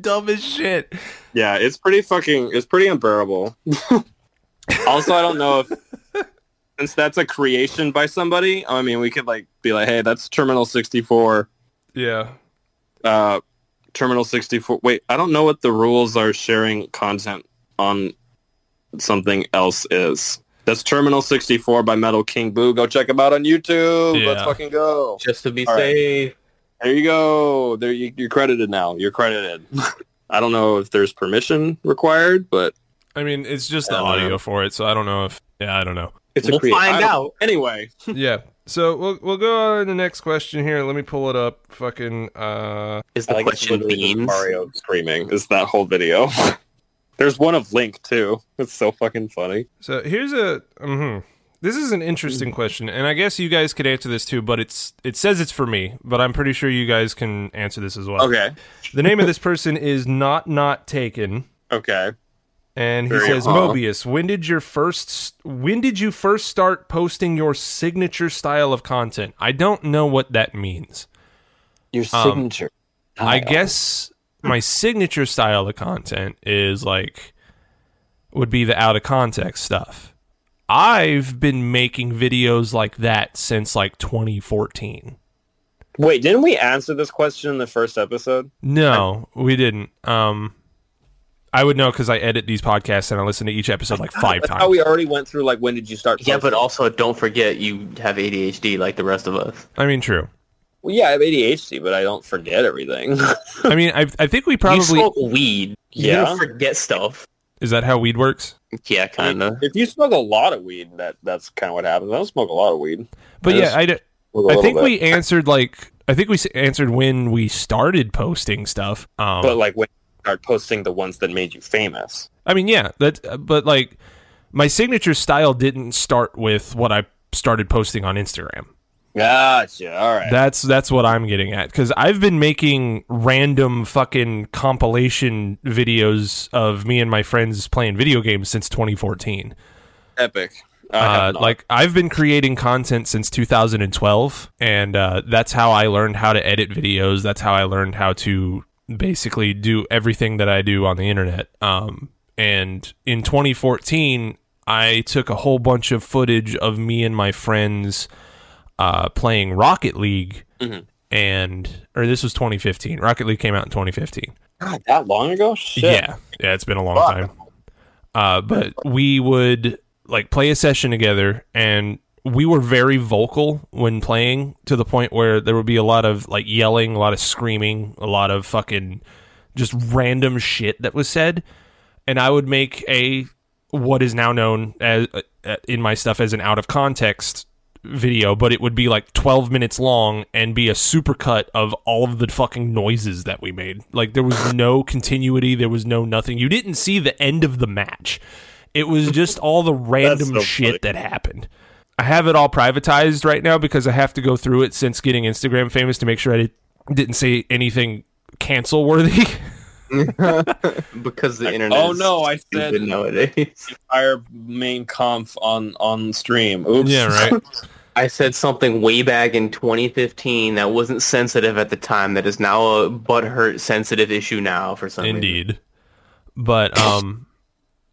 S2: Dumb as shit.
S1: Yeah, it's pretty fucking it's pretty
S4: [laughs]
S1: unbearable. also, I don't know if since that's a creation by somebody, I mean, we could like be like, "Hey, that's Terminal 64
S2: Yeah.
S1: uh, Terminal 64. Wait, I don't know what the rules are sharing content on something else is. That's Terminal 64 by Metal King Boo. Go check him out on YouTube. Let's
S2: Yeah.
S1: fucking go.
S4: Just to be
S1: All right.
S4: safe.
S1: There you go. There you, you're credited now. You're credited. I don't know if there's permission required, but
S2: I mean, it's just the
S1: I don't
S2: audio
S1: know.
S2: for it, so I don't know if. Yeah, I don't know.
S1: it's a
S4: We'll
S1: crea-
S4: find
S1: I don't-
S4: out.
S1: Anyway,
S2: yeah. So we'll we'll go on to the next question here. Let me pull it up. Fucking. Uh.
S4: Is
S1: I
S4: the
S1: like it's
S4: question
S1: literally just
S4: beans?
S1: Mario screaming is that whole video. [laughs] There's one of Link too. It's so fucking funny.
S2: So here's a. mhm. This is an
S1: Hmm.
S2: interesting question, and I guess you guys could answer this too. But it's it says it's for me, but I'm pretty sure you guys can answer this as well.
S1: Okay.
S2: The name of this person is not not taken,
S1: Okay.
S2: and he
S1: Very
S2: says
S1: well.
S2: Mobius. When did your first when did you first start posting your signature style of content? I don't know what that means.
S3: Your signature.
S2: I guess my signature style of content is like would be the out of context stuff. I've been making videos like that since like 2014.
S1: Wait, didn't we answer this question in the first episode?
S2: No, we didn't. Um I would know cuz I edit these podcasts and I listen to each episode like 5
S1: Oh,
S2: times.
S1: we already went through like when did you start?
S4: Yeah, but
S1: posting?
S4: also don't forget you have ADHD like the rest of us.
S2: I mean, true.
S1: well, yeah, I have ADHD, but I don't forget everything. [laughs]
S2: I mean, I I think we
S4: You
S2: probably
S4: smoke weed. You
S1: Yeah.
S4: don't forget stuff.
S2: Is that how weed works?
S4: Yeah, kind of.
S1: uh, if you smoke a lot of weed, that that's kind of what happens. I don't smoke a lot of weed.
S2: But
S1: Yes.
S2: yeah, I d-
S1: Smoke a
S2: I
S1: little
S2: think
S1: bit.
S2: we answered like I think we s- answered when we started posting stuff. Um
S1: but like when you start posting the ones that made you famous.
S2: I mean, yeah, that. uh, But like, my signature style didn't start with what I started posting on Instagram.
S1: Gotcha. All right.
S2: That's that's what I'm getting at because I've been making random fucking compilation videos of me and my friends playing video games since 2014.
S1: Epic. I have
S2: Uh,
S1: not.
S2: like I've been creating content since 2012, and uh, that's how I learned how to edit videos. That's how I learned how to basically do everything that I do on the internet. Um, and in 2014, I took a whole bunch of footage of me and my friends uh, playing Rocket League,
S1: Mhm.
S2: and or this was 2015. Rocket League came out in 2015.
S1: God, that long ago? Shit.
S2: Yeah, yeah, it's been a long
S1: Fuck.
S2: time. Uh, but we would like play a session together, and we were very vocal when playing to the point where there would be a lot of like yelling, a lot of screaming, a lot of fucking just random shit that was said. And I would make a what is now known as uh, in my stuff as an out of context video, but it would be like 12 minutes long and be a supercut of all of the fucking noises that we made. Like there was no continuity, there was no nothing. You didn't see the end of the match. It was just all the random
S1: so
S2: shit that happened. I have it all privatized right now because I have to go through it since getting Instagram famous to make sure I did, didn't say anything cancel worthy. [laughs]
S4: Because the
S1: Like,
S4: internet.
S1: oh
S4: is
S1: no, I
S4: stupid
S1: said-
S4: nowadays.
S1: Entire main conf on on stream. Oops.
S2: yeah, right.
S4: I said something way back in 2015 that wasn't sensitive at the time. That is now a butthurt sensitive issue now for some reason.
S2: Indeed. But um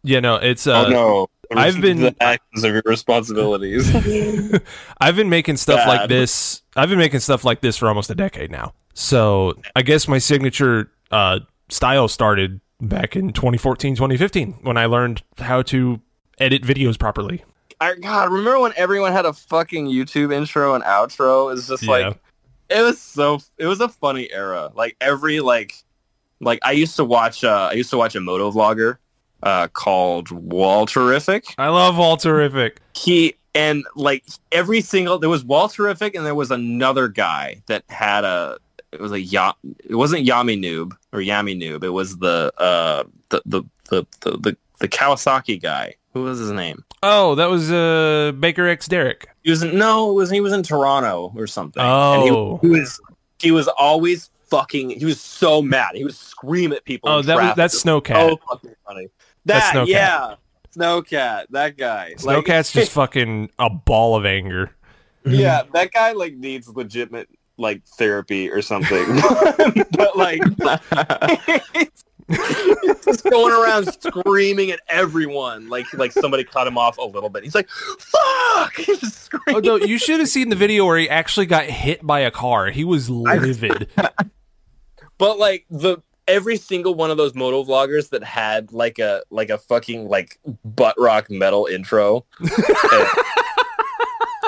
S2: yeah, no, it's
S1: [laughs]
S2: uh
S1: oh no.
S2: I've been-
S1: the actions of your responsibilities.
S2: [laughs] I've been making stuff like
S1: Bad.
S2: this. I've been making stuff like this for almost a decade now. So I guess my signature uh, style started back in 2014, 2015 when I learned how to edit videos properly.
S1: I, God, remember when everyone had a fucking YouTube intro and outro? It's just like it was so. It was a funny era. Like every like, like I used to watch. Uh, I used to watch a moto vlogger uh, called Walterific.
S2: I love Walterific.
S1: He and like every single there was Walterific and there was another guy that had a. It was a ya It wasn't Yami Noob or Yami Noob. It was the uh the the the the the, the Kawasaki guy. Who was his name?
S2: Oh, that was uh, Baker X Derek.
S1: He was in, no, it was he was in Toronto or something. And he-
S2: Oh.
S1: he, was he was always fucking. He was so mad. He would scream at people.
S2: Oh,
S1: in
S2: that was,
S1: traffic.
S2: that's Snowcat.
S1: so fucking funny. That
S2: Snowcat.
S1: yeah, Snowcat. That guy. Like, [laughs]
S2: Snowcat's just fucking a ball of anger. [laughs]
S1: yeah. That guy like needs legitimate like therapy or something. [laughs] but like [laughs] he's just going around screaming at everyone. Like like somebody cut him off a little bit. He's like, "Fuck!" [laughs] He's just screaming.
S2: Oh no, you should have seen the video where he actually got hit by a car. He was livid.
S1: But like the every single one of those moto vloggers that had like a like a fucking like butt rock metal intro.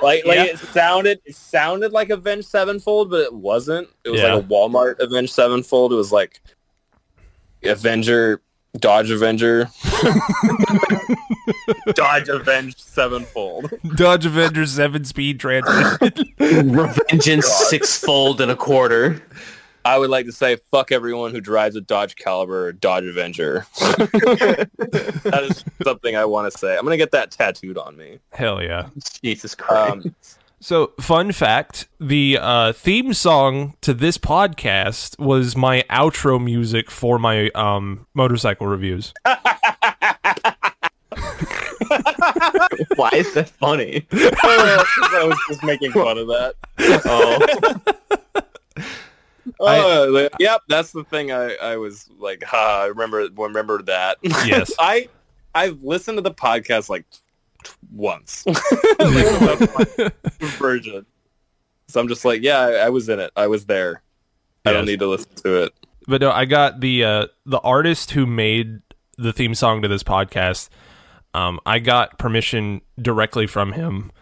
S1: like like it sounded it sounded like Avenged Sevenfold, but it wasn't. It was
S2: Yeah.
S1: like a Walmart Avenged Sevenfold. It was like Avenger Dodge Avenger Dodge Avenged Sevenfold.
S2: [laughs] Dodge Avenger seven speed [laughs] transmission.
S4: [laughs] Vengeance sixfold and a quarter.
S1: I would like to say fuck everyone who drives a Dodge Caliber or Dodge Avenger. [laughs] that is something I want to say. I'm gonna get that tattooed on me.
S2: [laughs] Hell yeah.
S4: Jesus Christ.
S1: Um,
S2: So, fun fact the uh, theme song to this podcast was my outro music for my um, motorcycle reviews.
S4: [laughs] Why is that funny?
S1: I was just making fun of that. Oh.
S2: I-
S1: Oh, li- yep, that's the thing. I, I was like, ha, I remember remember that.
S2: Yes.
S1: [laughs] I I've listened to the podcast like t-
S2: [laughs]
S1: once, like, the one version. So I'm just like, yeah, I, I was in it. I was there. I don't
S2: Yes.
S1: need to listen to it.
S2: But no, I got the uh, the artist who made the theme song to this podcast. Um, I got permission directly from him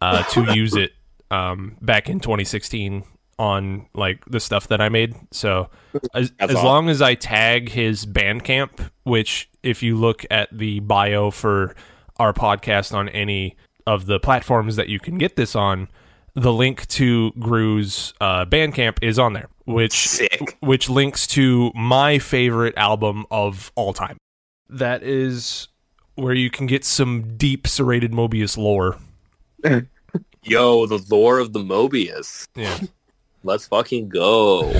S2: uh, to use it um, back in 2016 on like the stuff that I made. So as, as
S1: That's awesome.
S2: long as I tag his Bandcamp, which if you look at the bio for our podcast on any of the platforms that you can get this on, the link to Gru's uh, Bandcamp is on there, which
S4: Sick.
S2: which links to my favorite album of all time. That is where you can get some deep serrated Mobius lore.
S1: Yo, the lore of the Mobius.
S2: Yeah.
S1: Let's fucking go.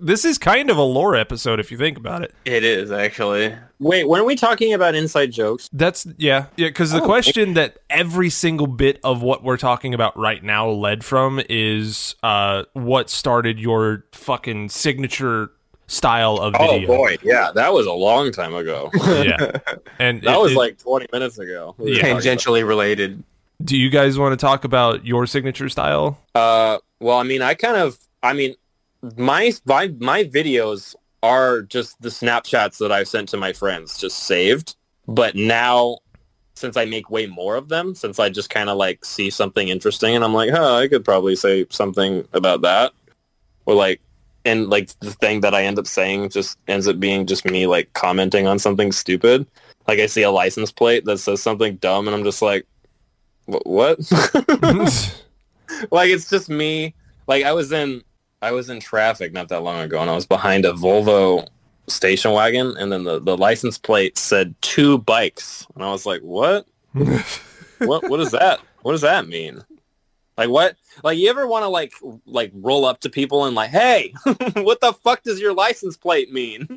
S2: this is kind of a lore episode if you think about it.
S4: It is actually.
S1: Wait, weren't we talking about inside jokes?
S2: That's yeah. Yeah, cuz the question that every single bit of what we're talking about right now led from is uh what started your fucking signature style of
S1: Oh,
S2: video.
S1: yeah, that was a long time
S2: [laughs]
S1: ago. [laughs]
S2: Yeah. And
S1: That
S2: it-
S1: was
S2: it-
S1: like 20 minutes ago. We were
S2: Yeah.
S1: talking
S4: Tangentially related.
S2: do you guys want to talk about your
S1: [laughs]
S2: signature style?
S1: about- Uh, well, I mean, I kind of, I mean, my my my videos are just the snapshots that I've sent to my friends, just saved. But now, since I make way more of them, since I just kind of like see something interesting, and I'm like, huh, I could probably say something about that, or like. And like the thing that I end up saying just ends up being just me like commenting on something stupid. Like I see a license plate that says something dumb, and I'm just like, "Wh- what? [laughs]
S2: Oh,
S1: like it's just me like i was in i was in traffic not that long ago and i was behind a volvo station wagon and then the, the license plate said two bikes and i was like what what what is that [laughs] what does that mean like what like you ever want to like like roll up to people and like hey [laughs] what the fuck does your license plate mean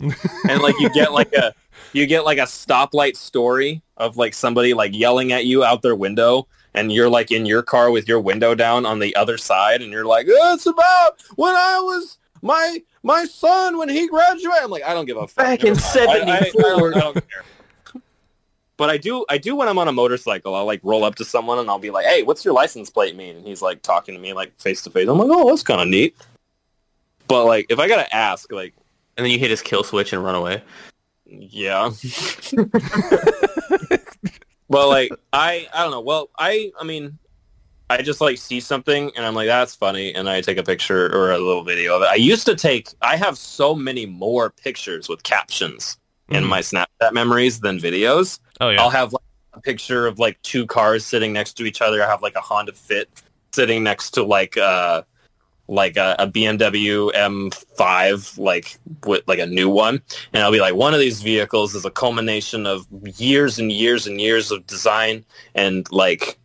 S1: and like you get like a you get like a stoplight story of like somebody like yelling at you out their window and you're like in your car with your window down on the other side and you're like it's about when i was my my son when he graduated i'm like i don't give a fuck
S4: Back in
S1: Never mind. I- I- I don't-
S4: 74.
S1: I don't care. [laughs] but i do i do when i'm on a motorcycle i'll like roll up to someone and i'll be like hey what's your license plate mean and he's like talking to me like face to face i'm like oh that's kind of neat But like, if I gotta ask, like,
S4: And then you hit his kill switch and run away.
S1: yeah. but like, I I don't know. Well, I I mean, I just like see something and I'm like, that's funny, and I take a picture or a little video of it. I used to take. I have so many more pictures with captions in
S2: Mhm.
S1: my Snapchat memories than videos.
S2: Oh yeah.
S1: I'll have like a picture of like two cars sitting next to each other. I have like a Honda Fit sitting next to like uh like uh, a, a BMW M5, like with like a new one, and I'll be like, one of these vehicles is a culmination of years and years and years of design and like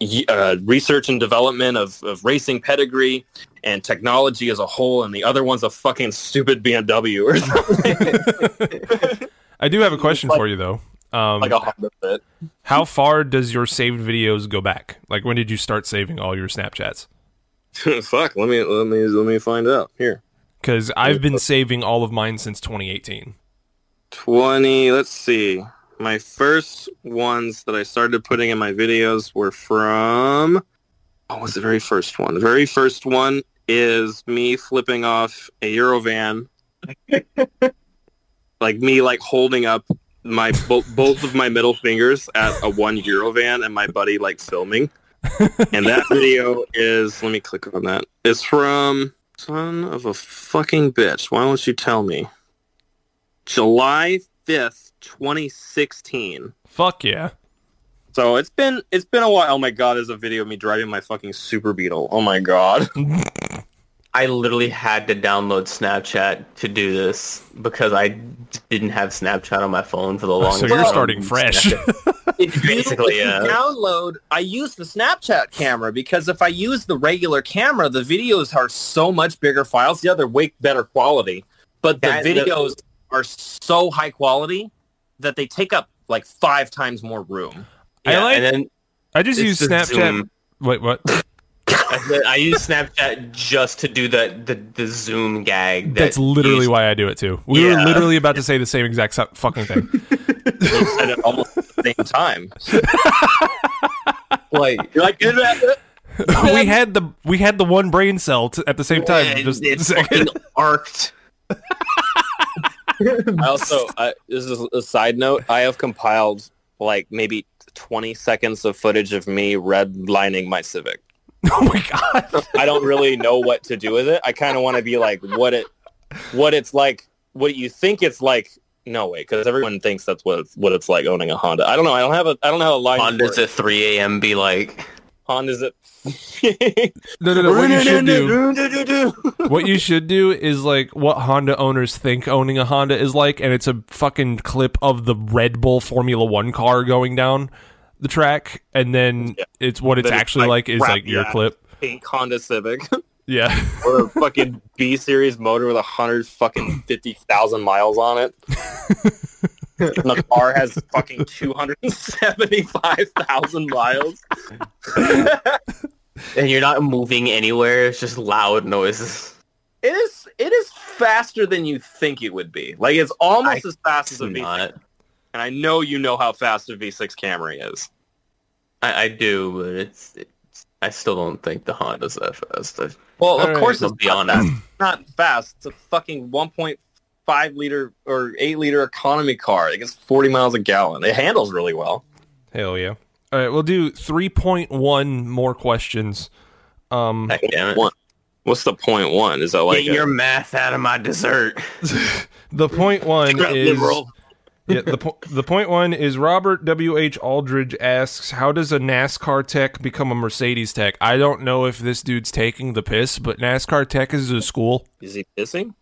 S1: y- uh, research and development of, of racing pedigree and technology as a whole, and the other one's a fucking stupid BMW or something
S2: I do have a question
S1: like-
S2: for you though. Um,
S1: like a Honda Fit. [laughs]
S2: how far does your saved videos go back? Like when did you start saving all your Snapchats?
S1: Fuck, let me let me let me find out here.
S2: Because I've been saving all of mine since 2018.
S1: 20 let's see my first ones that i started putting in my videos were from what was the very first one the very first one is me flipping off a eurovan like me like holding up my bo- both of my middle fingers at a one eurovan and my buddy like filming and that video is let me click on that it's from son of a fucking bitch why don't you tell me July 5th, 2016.
S2: Fuck yeah.
S1: So it's been it's been a while. Oh my god, there's a video of me driving my fucking Super Beetle. Oh my god.
S4: I [laughs] literally had to download Snapchat to do this because I didn't have Snapchat on my phone for the longest
S2: Oh, So
S4: time.
S2: you're
S4: um,
S2: starting
S4: [laughs]
S2: fresh.
S4: Basically, uh, yeah.
S1: download, I use the Snapchat camera because if I use the regular camera, the videos are so much bigger files. Yeah, they're way better quality, but the
S4: That- the-
S1: videos are so high quality that they take up like five times more room.
S2: I
S4: Yeah,
S2: like-
S4: and then
S2: I just
S4: it's
S2: use
S4: the
S2: Snapchat.
S4: Zoom.
S2: Wait, [laughs] what?
S4: I said I use Snapchat just to do the the, the Zoom gag. that
S2: That's literally
S4: he's-
S2: why I do it too. We were
S4: Yeah.
S2: literally about to say the same exact su- fucking [laughs] thing.
S1: said it almost at the same time. like you're like "Did that-
S2: we had the we had the one brain cell t- at the same time.
S4: Yeah,
S2: just [laughs]
S4: it's fucking arced.
S1: I also, I, this is a side note. I have compiled like maybe 20 seconds of footage of me redlining my Civic.
S2: [laughs] oh my god!
S1: I don't really know what to do with it. I kind of want to be like what it, what it's like, what you think it's like. No way, because everyone thinks that's what it's, what it's like owning a Honda. I don't know. I don't have a. I don't have a line.
S4: Honda's
S1: for it.
S4: at 3 a.m. Be like,
S1: Honda's [laughs] it.
S2: No, no, no. What [laughs] you should do,
S1: [laughs] do.
S2: what you should do, is like what Honda owners think owning a Honda is like, and it's a fucking clip of the Red Bull Formula One car going down the track, and then it's what it's
S1: Then it's
S2: actually
S1: like
S2: like, is
S1: crap,
S2: like your
S1: yeah.
S2: clip.
S1: Pink Honda Civic.
S2: Yeah.
S1: or a fucking B series motor with a hundred fucking fifty thousand miles on it. and the car has fucking two hundred and seventy five thousand miles.
S4: and you're not moving anywhere. It's just loud noises.
S1: It is it is faster than you think it would be. Like it's almost
S4: I-
S1: as fast
S4: It's
S1: as a V
S4: not.
S1: and I know you know how fast a V six Camry is.
S4: I, I do, but it's, it's. I still don't think the Honda's that fast. I,
S1: Well,
S2: All
S1: of
S2: right,
S1: course
S4: let's
S1: it's
S4: be
S1: not
S4: honest.
S1: fast.
S2: [clears throat]
S1: It's not fast. It's a fucking one point five liter or eight liter economy car. It gets forty miles a gallon. It handles really well.
S2: [laughs] Hell yeah. All right, we'll do 3.1 more questions. Um,
S4: God damn it.
S1: One. What's the point one? Is that like
S4: Get
S1: a-
S4: your math out of my dessert.
S2: the point one
S1: Scrap
S2: is
S1: liberal.
S2: [laughs] yeah, the po- the point one is Robert W H Aldridge asks how does a NASCAR tech become a Mercedes tech? I don't know if this dude's taking the piss, but NASCAR tech is a school.
S1: Is he pissing?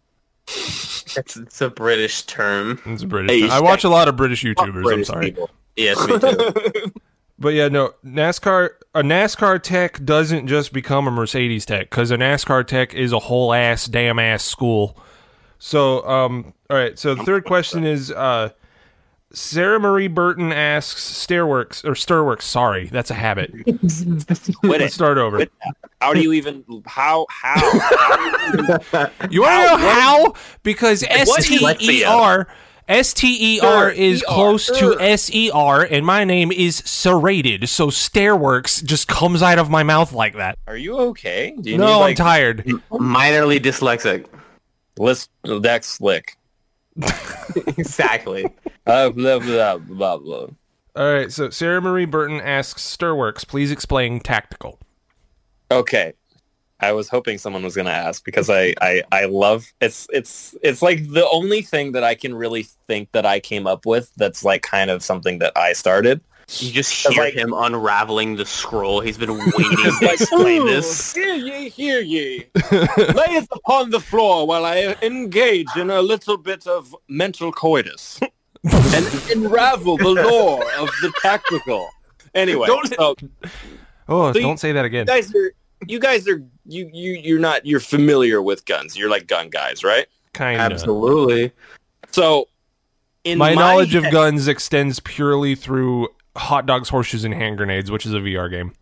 S4: [laughs] It's, it's a British term.
S2: It's a British.
S1: Hey,
S2: term. I watch a lot of British YouTubers. I'm
S1: British
S2: sorry.
S1: people.
S4: Yes, me too.
S2: But yeah, no, NASCAR a NASCAR tech doesn't just become a Mercedes tech cuz a NASCAR tech is a whole ass damn ass school. So, um all right, so the third question is uh Sarah Marie Burton asks Stairworks or Stirworks, sorry, that's
S1: [laughs]
S2: a habit.
S1: Quit
S2: Let's
S1: it.
S2: start over.
S1: Quit How do you even? How? How?
S2: [laughs]
S1: how do you even-
S2: You want to know how? Because
S1: What
S2: S
S1: is
S2: T E R S T E
S1: Sure,
S2: R is
S1: ER,
S2: close to
S1: sure.
S2: S E R, and my name is serrated, so Stairworks just comes out of my mouth like that.
S1: Are you okay? Do you
S2: no,
S1: need,
S2: I'm
S1: like,
S2: tired.
S4: [laughs] Minorly dyslexic.
S1: Let's that's
S2: [laughs]
S1: slick.
S4: exactly.
S1: Uh, blah blah blah blah.
S2: All right, so Sarah Marie Burton asks Stirworks, please explain tactical.
S1: Okay. I was hoping someone was gonna ask because I, I, I love it's it's it's like the only thing that I can really think that I came up with that's like kind of something that I started.
S4: You just hear
S1: like-
S4: him unraveling the scroll. He's [laughs] been waiting to
S1: like,
S4: explain
S1: "Ooh,
S4: this.
S1: Hear ye, hear ye. [laughs] Lay it upon the floor while I engage in a little bit of mental
S4: [laughs]
S1: coitus and unravel the lore of the tactical. Anyway,
S2: Don't-
S1: so
S2: Oh,
S1: So you-
S2: don't say that again.
S1: you guys are you guys are you you you're not you're familiar with guns. You're like gun guys, right?
S2: Kind of.
S4: Absolutely.
S1: So in
S2: My,
S1: my,
S2: knowledge of
S1: head-
S2: guns extends purely through hot dogs, horseshoes, and hand grenades, which is a VR game.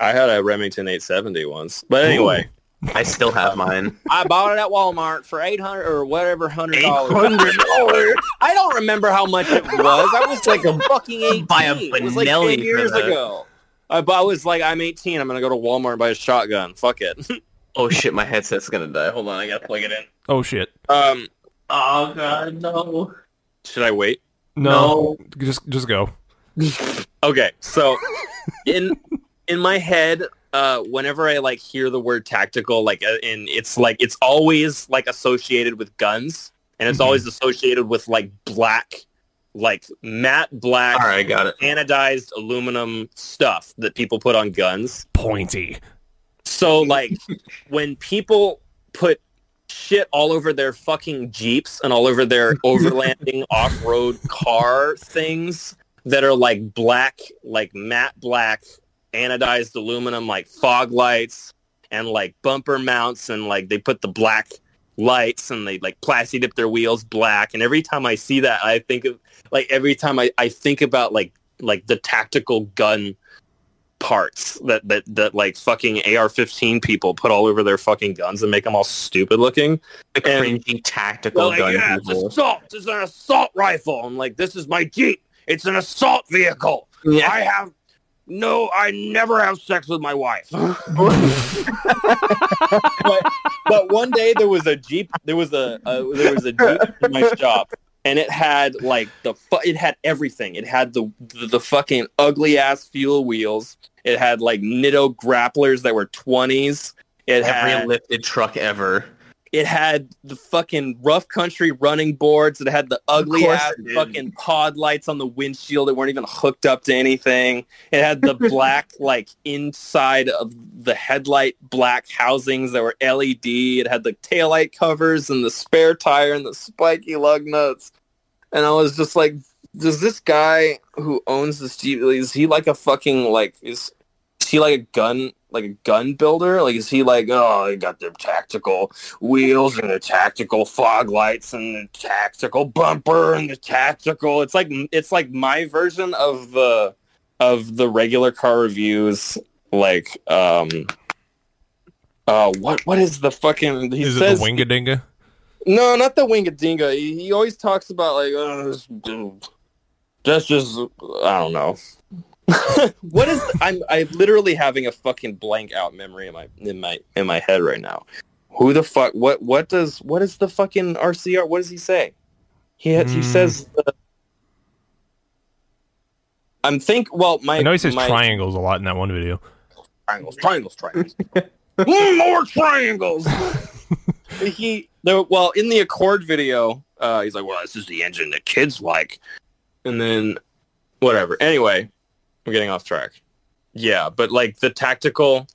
S1: I had a Remington 870 once. But anyway,
S4: I still have mine.
S1: I bought it at Walmart for 800 or whatever $100.
S4: $800?
S1: I don't remember how much it was. I was like a fucking 18.
S4: Buy a
S1: it was like
S4: Benelli
S1: 10
S4: for
S1: years
S4: that.
S1: ago. I, bu- I was like, I'm 18. I'm going to go to Walmart and buy a shotgun. Fuck it. [laughs]
S4: Oh shit, my headset's gonna die. Hold on, I gotta plug it in.
S2: Oh shit!
S1: Um,
S4: Oh god, no.
S1: should I wait?
S2: No, just just go.
S1: Okay, so in in my head, uh, whenever I like hear the word tactical, like uh, in it's like it's always like associated with guns, and it's
S2: Mhm.
S1: always associated with like black, like matte black,
S4: Alright, I got it.
S1: anodized aluminum stuff that people put on guns.
S2: Pointy.
S1: So like [laughs] when people put shit all over their fucking jeeps and all over their overlanding off-road car things that are like black, like matte black anodized aluminum like fog lights and like bumper mounts and like they put the black lights and they like plasti dip their wheels black and every time I see that I think of like every time I, I think about like like the tactical gun parts that that that like fucking AR-15 people put all over their fucking guns and make them all stupid looking.
S4: The
S1: And-
S4: cringy
S1: Well,
S4: tactical
S1: like,
S4: gun
S1: yeah, it's
S4: people.
S1: assault. It's an assault rifle. I'm like, this is my jeep. It's an assault vehicle. I have no. I never have sex with my
S4: [laughs]
S1: wife. but, but one day there was a jeep. There was a uh, there was a jeep in my shop, and it had like the fu- it had everything. It had the the, the fucking ugly ass fuel wheels. It had like Nitto grapplers that were twenties. It had
S4: Every lifted truck ever.
S1: it had the fucking rough country running boards. It had the ugly
S4: course
S1: ass
S4: it did.
S1: fucking pod lights on the windshield that weren't even hooked up to anything. It had
S4: [laughs]
S1: the black like inside of the headlight black housings that were LED. It had the taillight covers and the spare tire and the spiky lug nuts. And I was just like, does this guy who owns this Jeep is he like a fucking like is is he like a gun like a gun builder? Like is he like oh they got their tactical wheels and the tactical fog lights and the tactical bumper and the tactical it's like it's like my version of the of the regular car reviews like um uh what what is the fucking he
S2: is
S1: says
S2: it the Wingadinga?
S1: no, not the Wingadinga. He, he always talks about like oh, this, dude, that's just I don't know. [laughs] what is I'm I'm literally having a fucking blank out memory in my in my in my head right now. Who the fuck? What what does what is the fucking RCR? What does he say? He ha- he
S2: Hmm.
S1: says. Uh, I'm think well my
S2: I know he says
S1: my,
S2: triangles a lot in that one video.
S1: triangles, triangles, [laughs] triangles. Mm, More triangles. [laughs] he no, well in the Accord video, uh, he's like, "Well, this is the engine that kids like," and then whatever. Anyway, we're getting off track. Yeah, but like the tactical.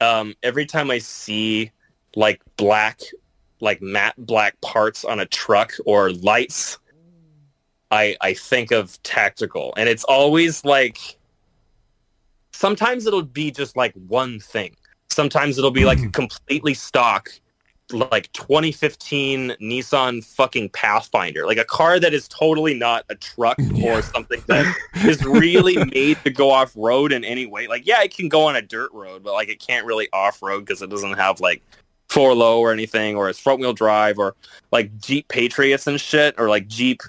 S1: Um, every time I see like black, like matte black parts on a truck or lights, I I think of tactical, and it's always like sometimes it'll be just like one thing. Sometimes it'll be like a completely stock, like 2015 Nissan fucking Pathfinder, like a car that is totally not a truck or something that is really made to go off road in any way. Like, yeah, it can go on a dirt road, but like it can't really off road because it doesn't have like four low or anything, or it's front wheel drive, or like Jeep Patriots and shit, or like Jeep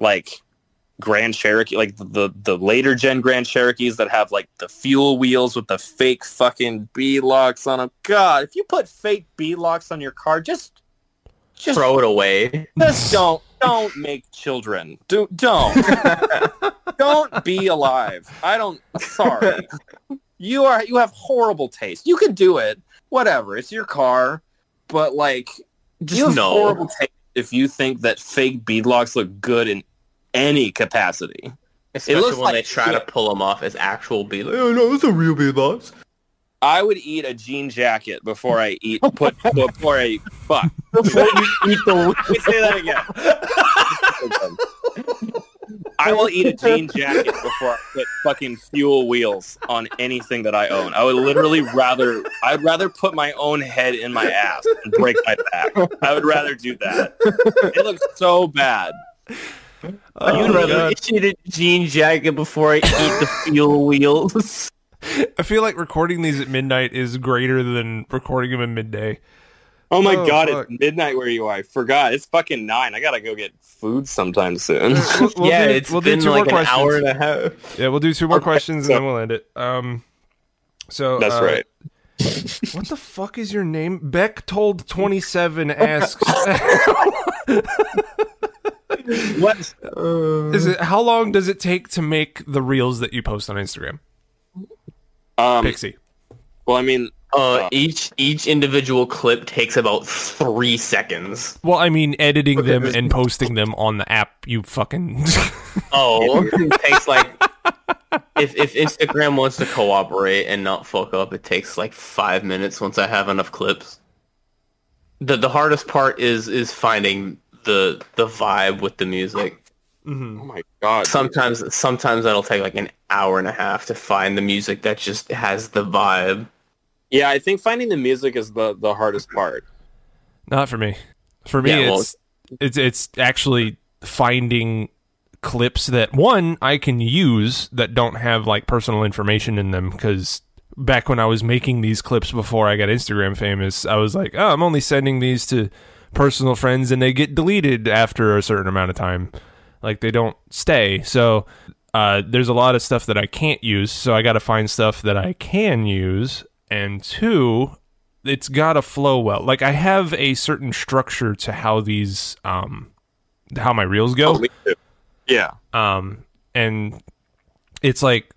S1: like Grand Cherokee, like the the later gen Grand Cherokees that have like the fuel wheels with the fake fucking B locks on them. God, if you put fake B locks on your car, just Just
S4: throw it away.
S1: just don't don't make children. Do don't don't be alive. I don't. Sorry, you are you have horrible taste. You can do it. Whatever. It's your car, but like you
S4: Just
S1: have
S4: no.
S1: horrible taste if you think that fake beadlocks look good in any capacity.
S4: Especially
S1: looks
S4: when
S1: like
S4: they try
S1: shit.
S4: to pull them off as actual bead. Like, oh no, it's a real beadlocks.
S1: I would eat a jean jacket before I eat put before I eat fuck.
S3: Before you eat the
S1: [laughs] Let me say that again. I will eat a jean jacket before I put fucking fuel wheels on anything that I own. I would literally rather I'd rather put my own head in my ass and break my back. I would rather do that. It looks so bad.
S2: Oh,
S4: You'd rather
S2: God.
S4: issue the jean jacket before I eat [laughs] the fuel wheels.
S2: I feel like recording these at midnight is greater than recording them at midday.
S1: Oh my
S2: Oh,
S1: god,
S2: fuck.
S1: it's midnight where you are. I forgot. It's fucking nine. I gotta go get food sometime soon.
S2: We'll- we'll
S4: [laughs] yeah,
S2: do-
S4: it's
S2: we'll do
S4: been
S2: two more
S4: like an
S2: questions.
S4: hour and a half.
S2: Yeah, we'll do two more
S1: Okay,
S2: questions
S1: so-
S2: and then we'll end it. Um, so
S1: [laughs] That's
S2: uh,
S1: right.
S2: What the fuck is your name? Beck told twenty seven asks. [laughs]
S1: What?
S2: is it how long does it take to make the reels that you post on Instagram?
S1: Um,
S2: Pixie.
S1: well, I mean,
S4: Uh, each each individual clip takes about three seconds.
S2: Well, I mean editing them and posting them on the app. You fucking. [laughs]
S4: Oh, it takes like if if Instagram wants to cooperate and not fuck up, it takes like five minutes once I have enough clips. the The hardest part is is finding the the vibe with the music.
S1: oh my god.
S4: Sometimes sometimes that'll take like an hour and a half to find the music that just has the vibe.
S1: Yeah, I think finding the music is the, the hardest part.
S2: Not for me. For me,
S4: Yeah, well-
S2: it's it's it's actually finding clips that one I can use that don't have like personal information in them because back when I was making these clips before I got Instagram famous, I was like, oh, I'm only sending these to personal friends and they get deleted after a certain amount of time. Like they don't stay. So uh, there's a lot of stuff that I can't use. So I got to find stuff that I can use. And two, it's got to flow well. Like I have a certain structure to how these, um, how my reels go
S1: Oh, Me too. Yeah.
S2: um and it's like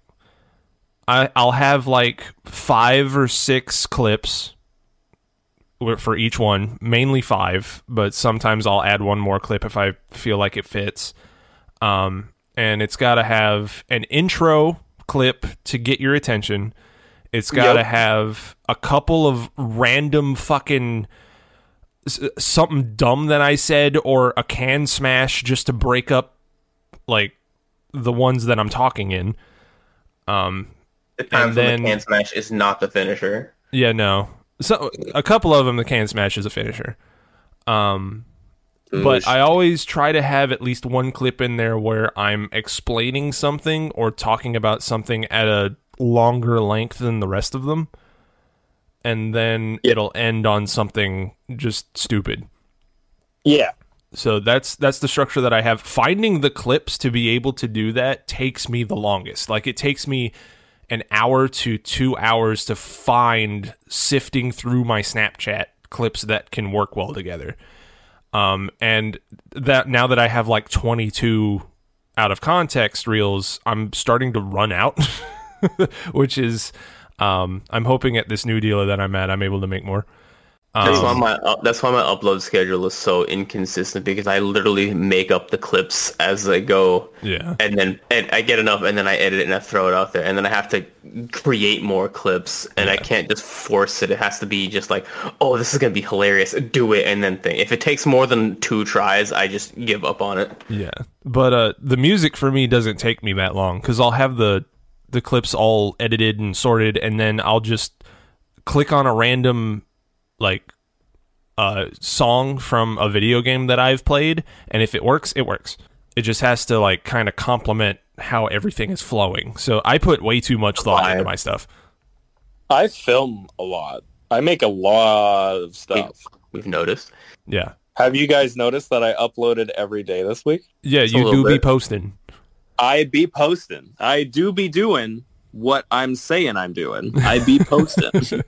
S2: i i'll have like five or six clips wi- for each one mainly five but sometimes i'll add one more clip if i feel like it fits um and it's got to have an intro clip to get your attention it's got to
S1: Yep.
S2: have a couple of random fucking s- something dumb that i said or a can smash just to break up like the ones that I'm talking in. Um,
S4: The times when
S2: then-
S4: the can smash is not the finisher.
S2: yeah, no. So a couple of them, the can smash is a finisher. Um, but I always try to have at least one clip in there where I'm explaining something or talking about something at a longer length than the rest of them, and then it'll end on something just stupid.
S1: Yeah.
S2: So that's that's the structure that I have. Finding the clips to be able to do that takes me the longest. Like it takes me an hour to 2 hours to find sifting through my Snapchat clips that can work well together. Um and that now that I have like 22 out of context reels, I'm starting to run out, [laughs] which is um I'm hoping at this new dealer that I'm at I'm able to make more.
S4: That's why my up that's why my upload schedule is so inconsistent because I literally make up the clips as I go,
S2: Yeah.
S4: and then and I get enough, and then I edit it and I throw it out there, and then I have to create more clips, and I can't just force it. It has to be just like, oh, this is gonna be hilarious, do it, and then think. If it takes more than two tries, I just give up on it.
S2: Yeah, but uh, the music for me doesn't take me that long because I'll have the the clips all edited and sorted, and then I'll just click on a random like uh, song from a video game that I've played, and if it works, it works. It just has to like kind of complement how everything is flowing. So I put way too much thought into
S4: Vibe.
S2: my stuff.
S1: I film a lot. I make a lot of stuff.
S4: We've noticed.
S2: Yeah,
S1: Have you guys noticed that I uploaded every day this week?
S2: yeah,
S4: a
S2: you do
S4: little
S2: be
S4: bit.
S2: posting.
S1: I be posting. I do be doing what I'm saying I'm doing. I be [laughs] posting.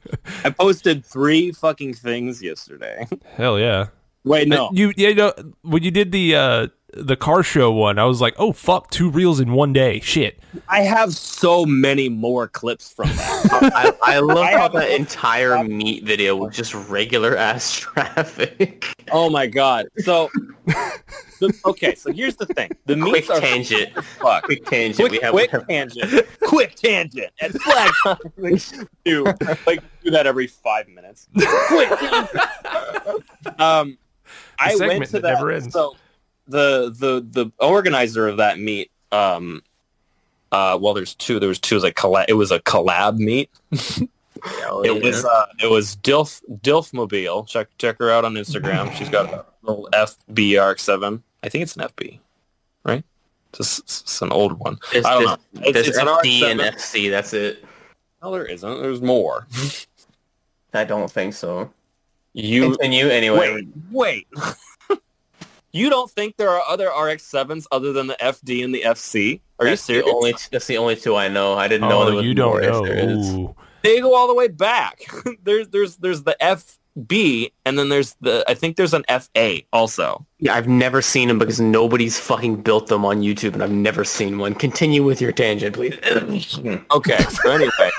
S1: I posted three fucking things yesterday.
S2: Hell yeah.
S1: Wait,
S2: I- you yeah, you know, when you did the uh the car show one, I was like, "Oh fuck, two reels in one day." Shit.
S1: [laughs] I have so many more clips from that.
S4: I,
S1: [laughs]
S4: I love
S1: I
S4: how
S1: have-
S4: that entire meat video was just regular ass [laughs] traffic.
S1: oh my god. So, [laughs] the, okay. So here's the thing: the
S4: quick
S1: meats are
S4: tangent.
S1: fuck.
S4: Quick tangent.
S1: Quick,
S4: we have
S1: quick tangent. [laughs] quick tangent. And flag. [laughs] like, do like do that every five minutes. quick. tangent. [laughs] um, I went
S2: segment
S1: to
S2: that never ends.
S1: So the the the organizer of that meet. Um, uh, well, there's two. There was two. It was a collab. It was a collab [laughs] meet.
S4: Hell
S1: It was
S4: yeah.
S1: uh, it was Dilf Dilfmobile. Check check her out on Instagram. She's got a little FBRX7. I think it's an FB, right? Just it's an old one.
S4: [laughs] There's,
S1: I don't
S4: there's,
S1: know. It's,
S4: there's
S1: it's an
S4: FD and
S1: RX7.
S4: FC. That's it.
S1: No, there isn't. There's more.
S4: I don't think so.
S1: You
S4: Continue anyway.
S1: wait, wait. [laughs] you don't think there are other RX7s other than the FD and the FC? Are you
S4: that's
S1: serious?
S4: The only, that's the only two I know. I didn't know
S2: oh,
S4: there was
S2: you don't
S4: more if
S2: know.
S4: there is.
S2: Ooh.
S1: they go all the way back. [laughs] there's there's there's the FB and then there's the I think there's an FA also.
S4: Yeah, I've never seen them because nobody's fucking built them on YouTube, and I've never seen one. Continue with your tangent, please. [laughs]
S1: Okay, [laughs] so anyway.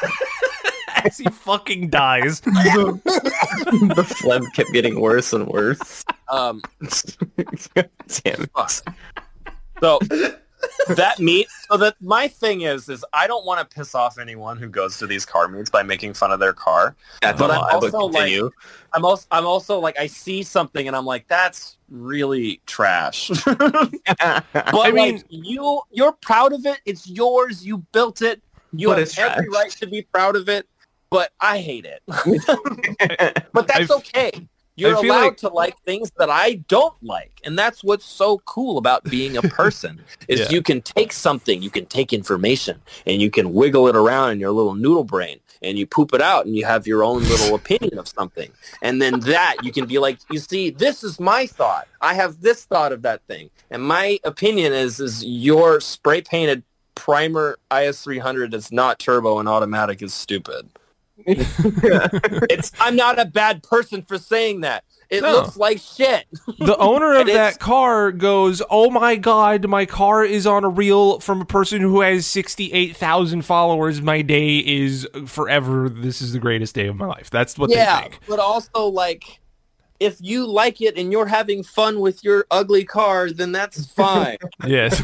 S2: As [laughs] he fucking dies.
S4: the phlegm kept getting worse and worse. [laughs]
S1: Um
S4: Damn.
S1: So that meet. So that my thing is, is I don't want to piss off anyone who goes to these car meets by making fun of their car.
S4: That's
S1: But
S4: a
S1: I'm
S4: lie, but
S1: also, like-
S4: continue.
S1: I'm also, I'm also like, I see something and I'm like, that's really
S4: [laughs]
S1: trash. but
S2: I mean-
S1: like, you, you're proud of it. It's yours. You built it. You
S4: But
S1: have
S4: it's
S1: every
S4: trash.
S1: right to be proud of it. But I hate
S4: [laughs]
S1: it. but that's
S2: I f-
S1: okay. You're
S2: I
S1: allowed
S2: feel like-
S1: to like things that I don't like, and that's what's so cool about being a
S2: [laughs]
S1: person is
S2: Yeah.
S1: you can take something, you can take information, and you can wiggle it around in your little noodle brain, and you poop it out, and you have your own
S2: [laughs]
S1: little opinion of something, and then that you can be like, you see, this is my thought. I have this thought of that thing, and my opinion is is your spray painted primer IS300 that's not turbo and automatic is
S2: [laughs]
S1: stupid. It's I'm not a bad person for saying that. It
S2: No.
S1: looks like shit.
S2: the owner of
S1: It is-
S2: that car goes, "Oh my god, my car is on a reel from a person who has 68,000 followers. My day is forever. This is the greatest day of my life." That's what they
S1: yeah,
S2: think.
S1: but also like if you like it and you're having fun with your ugly car, then
S2: [laughs]
S1: that's fine.
S2: Yes.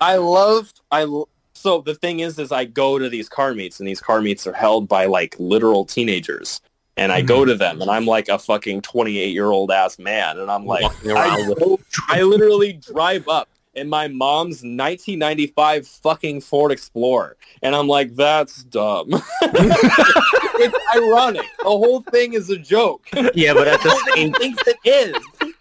S1: I love I l- so the thing is is I go to these car meets and these car meets are held by like literal teenagers. And I
S4: Mm-hmm.
S1: go to them and I'm like a fucking 28-year-old ass man and I'm like
S4: Walking
S1: I,
S4: around with-
S1: go- I literally drive up in my mom's 1995 fucking Ford Explorer, and I'm like, that's dumb. [laughs] it's ironic. The whole thing is a joke.
S4: yeah, but [laughs] at the same
S1: Nobody thinks it is.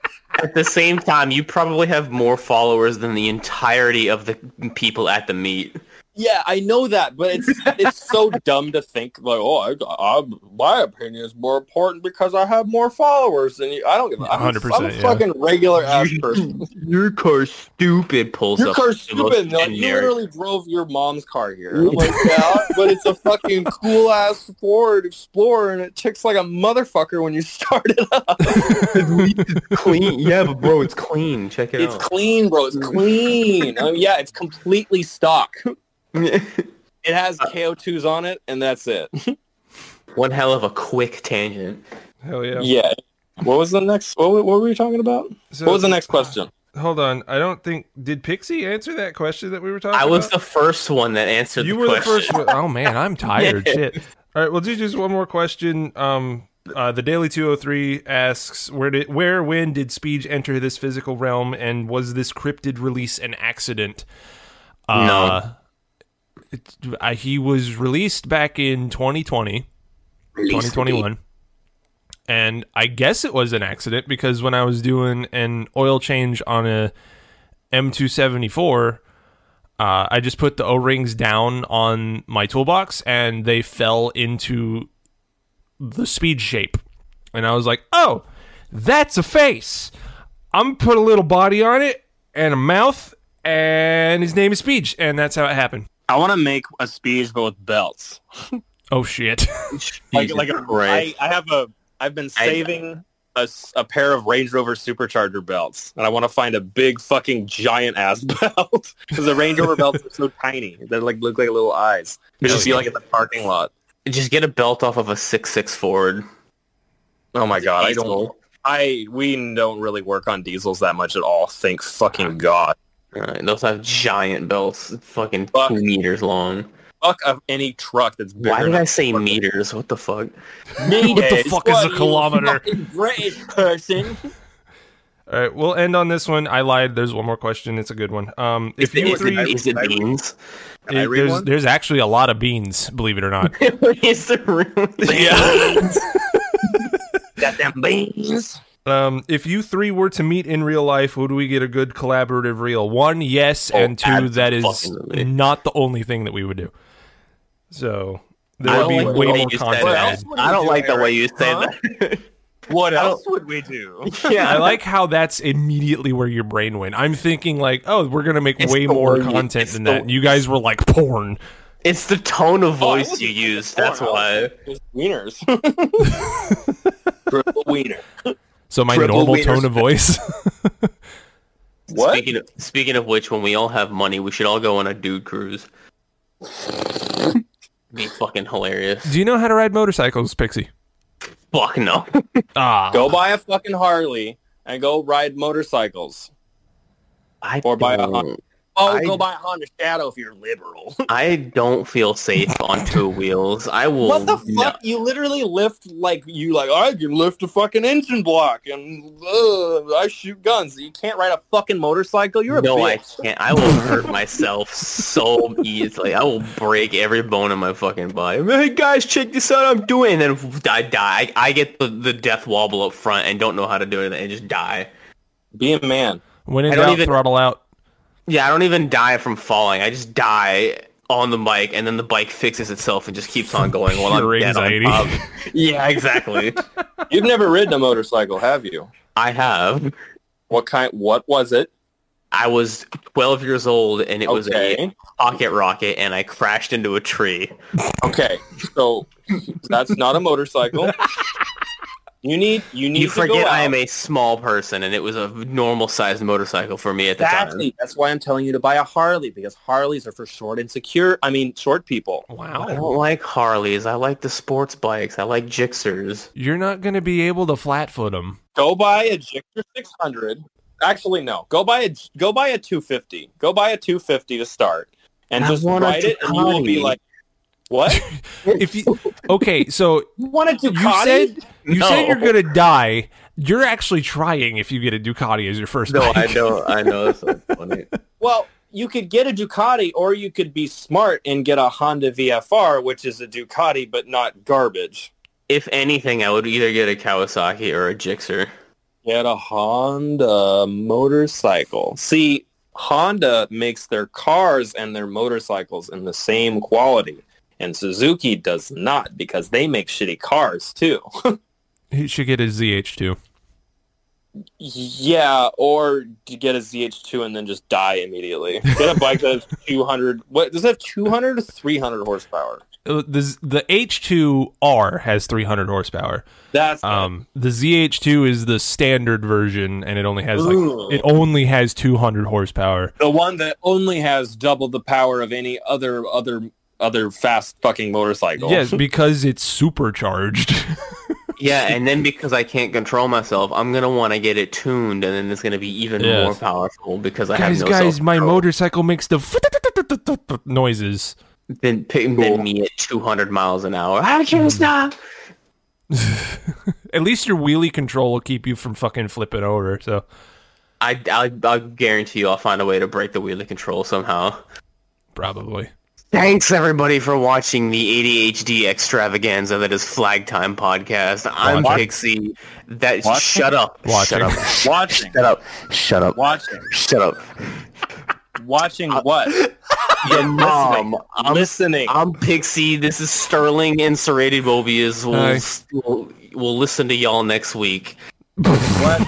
S4: at the same time, you probably have more followers than the entirety of the people at the meet.
S1: Yeah, I know that, but it's it's so dumb to think like, oh, I, I, my opinion is more important because I have more followers than you. I don't give a I'm, 100%,
S2: 100%,
S1: I'm a
S2: yeah.
S1: fucking regular ass person.
S4: [laughs] Your car's stupid pulls
S1: Your
S4: up.
S1: car's
S4: the most
S1: stupid. Like, you
S4: generic-
S1: literally drove your mom's car here. I'm like, yeah, but it's a fucking cool ass Ford Explorer, and it ticks like a motherfucker when you [laughs] start it up.
S4: [laughs] clean. Yeah, but bro, it's clean. Check it
S1: It's clean, bro. It's clean. I mean, yeah, it's completely stock.
S4: out.
S1: It has KO2s on it, and that's it.
S4: One hell of a quick tangent.
S2: [laughs] Hell yeah.
S1: Yeah. What was the next? What, were- what were we talking about?
S2: So,
S1: What was the next question?
S2: Hold on. I don't think did Pixie answer that question that we were talking
S4: I was
S2: about?
S4: the first one that answered.
S2: you
S4: the
S2: were
S4: question.
S2: the first one. Oh man,
S4: [laughs]
S2: I'm tired. Shit. All right, we'll do just one more question. Um, uh, the Daily 203 asks, where did, where, when did Speech enter this physical realm, and was this cryptid release an accident? Uh, it- uh, he was released back in 2020, 2021. And I guess it was an accident because when I was doing an oil change on a M274, uh, I just put the O rings down on my toolbox and they fell into the speed shape. And I was like, oh, that's a face. I'm going to put a little body on it and a mouth, and his name is Speech. And that's how it happened.
S1: I want to make a speech, but with belts.
S2: Oh, shit.
S1: like
S4: Jesus [laughs]
S1: like a, I,
S4: Christ.
S1: I have a I've been saving a, s- a pair of Range Rover Supercharger belts, and I want to find a big fucking giant ass [laughs] belt because the Range Rover belts are [laughs] so tiny; they like look like little eyes. You just see like in the parking lot.
S4: Just get a belt off of a six six Ford.
S1: Oh my god, I don't.
S4: Diesel.
S1: I we don't really work on diesels that much at all. Thank fucking god.
S4: Alright, uh, those have giant belts, fucking
S1: Fuck.
S4: two meters long.
S1: Fuck of any truck that's bigger.
S4: Why did
S1: than
S4: I say meters? What the fuck?
S2: What the fuck is a kilometer?
S1: British person.
S2: All right, we'll end on this one. I lied. There's one more question. It's a good one. Um, if
S4: Is it,
S2: you
S4: is it,
S2: three,
S4: is it beans?
S1: Can I
S2: it-
S1: read
S2: there's,
S1: one?
S2: there's actually a lot of beans, believe it or not.
S4: [laughs] is
S1: [laughs]
S4: it really?
S2: yeah.
S3: Got them beans.
S2: Um, if you three were to meet in real life, would we get a good collaborative reel? One, yes, and two, that is
S4: Oh, absolutely.
S2: not the only thing that we would do. So
S4: I
S2: there would
S4: don't
S2: be
S4: like the
S2: way
S4: way
S2: more
S4: you said
S2: content.
S4: that.
S2: added.
S4: I don't like the way you say
S1: What
S4: don't-
S1: else would we
S2: [laughs]
S1: do?
S4: that. [laughs] yeah,
S2: I like how that's immediately where your brain went. I'm thinking like, oh, we're gonna make
S4: It's
S2: way
S4: the
S2: more
S4: way you-
S2: content
S4: it's
S2: than
S4: the-
S2: that. And you guys were like porn.
S4: it's the tone of
S1: Oh, I
S4: voice
S1: wasn't
S4: you
S1: thinking
S4: use.
S1: porn,
S4: That's
S1: I was
S4: why.
S1: Just wieners.
S2: [laughs]
S1: Triple wiener.
S2: So my
S4: Triple
S2: normal
S4: wieners.
S2: tone of voice. [laughs]
S1: What?
S4: Speaking of, speaking of which, when we all have money, we should all go on a dude
S1: [laughs]
S4: cruise. Be fucking hilarious.
S2: do you know how to ride motorcycles, Pixie?
S4: Fuck no.
S2: Ah,
S1: go buy a fucking Harley and go ride motorcycles.
S4: I
S1: Or buy a
S4: don't-
S1: Honda. Oh,
S4: I-
S1: go buy a Honda Shadow if you're
S2: [laughs]
S1: liberal.
S4: I don't feel safe
S1: [laughs]
S4: on two wheels. I will.
S1: what the fuck?
S4: no-
S1: You literally lift like you like I can lift a fucking engine block and uh, I shoot guns. You can't ride a fucking motorcycle. You're a
S4: no, I
S1: bitch.
S4: can't. I will hurt myself so easily. I will break every bone in my fucking body. Hey guys, check this out. I'm doing, and I die. I get the, the death wobble up front and don't know how to do it, and just die.
S1: Be a man.
S2: when in
S4: I don't
S2: doubt,
S4: even-
S2: throttle out.
S4: Yeah, I don't even die from falling. I just die on the bike, and then the bike fixes itself and just keeps on going while
S2: Pure
S4: I'm dead
S2: anxiety.
S4: on top.
S2: [laughs]
S4: Yeah, exactly.
S1: You've never ridden a motorcycle, have you?
S4: I have.
S1: What kind? What was it?
S4: I was 12 years old, and it was a
S1: Okay.
S4: pocket rocket and I crashed into a tree.
S1: Okay, so that's not a motorcycle. You need you need
S4: You
S1: to
S4: forget
S1: go
S4: I am
S1: out.
S4: a small person and it was a normal sized motorcycle for me at the time.
S1: Exactly. That's why I'm telling you to buy a Harley because Harleys are for short and secure. I mean, short people.
S4: I
S2: Wow.
S4: don't like Harleys. I like the sports bikes. I like Gixxers.
S2: You're not going to be able to flatfoot them.
S1: Go buy a Gixxer 600. Actually, no. Go buy a go buy a 250. Go buy a 250 to start, and
S4: I
S1: just
S4: want a
S1: ride it, and you will be
S4: Ducati.
S1: like, "What?
S4: [laughs]
S2: If you Okay, so
S1: You want a
S2: you
S1: Ducati?
S2: said you said
S4: No.
S2: you're going to die. You're actually trying if you get a Ducati as your first bike.
S4: know. I know. That's [laughs] so funny.
S1: well, you could get a Ducati, or you could be smart and get a Honda VFR, which is a Ducati but not garbage.
S4: If anything, I would either get a Kawasaki or a Gixxer.
S1: Get a Honda motorcycle. See, Honda makes their cars and their motorcycles in the same quality. And Suzuki does not because they make shitty cars too.
S2: [laughs] He should get a ZH2.
S1: yeah, or to get a ZH2 and then just die immediately. Get a bike that has 200. What does it have 200 or 300 horsepower?
S2: Uh, The Z- the H2R has 300 horsepower.
S1: That's
S2: Um, the ZH2 is the standard version, and it only has like
S1: Ooh.
S2: it only has 200 horsepower.
S1: the one that only has double the power of any other other other fast fucking motorcycle.
S2: Yes, because it's supercharged.
S4: Yeah, and then because I can't control myself, I'm gonna want to get it tuned, and then it's gonna be even
S2: Yes.
S4: more powerful because I
S2: guys,
S4: have no
S2: guys, my
S4: self-control.
S2: motorcycle makes the [laughs] noises.
S4: Then, pick- then me at 200 miles an hour. I can't stop.
S2: At least your wheelie control will keep you from fucking flipping over. So
S4: I, I, I guarantee you I'll find a way to break the wheelie control somehow.
S2: probably.
S4: Thanks everybody for watching the ADHD extravaganza that is Flag Time Podcast. I'm
S2: Watching.
S4: Pixie. That
S1: Watching.
S4: shut up. Shut
S2: Watching.
S4: [laughs] up.
S1: watching,
S4: Shut up. Shut up.
S1: watching,
S4: Shut up.
S1: watching what?
S4: Your mom. Um, I'm,
S1: listening.
S4: I'm Pixie. This is Sterling and Serrated Mobius.
S2: Hi.
S4: We'll, we'll, we'll listen to y'all next week. [laughs]
S1: What?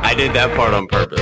S4: I did that part on purpose.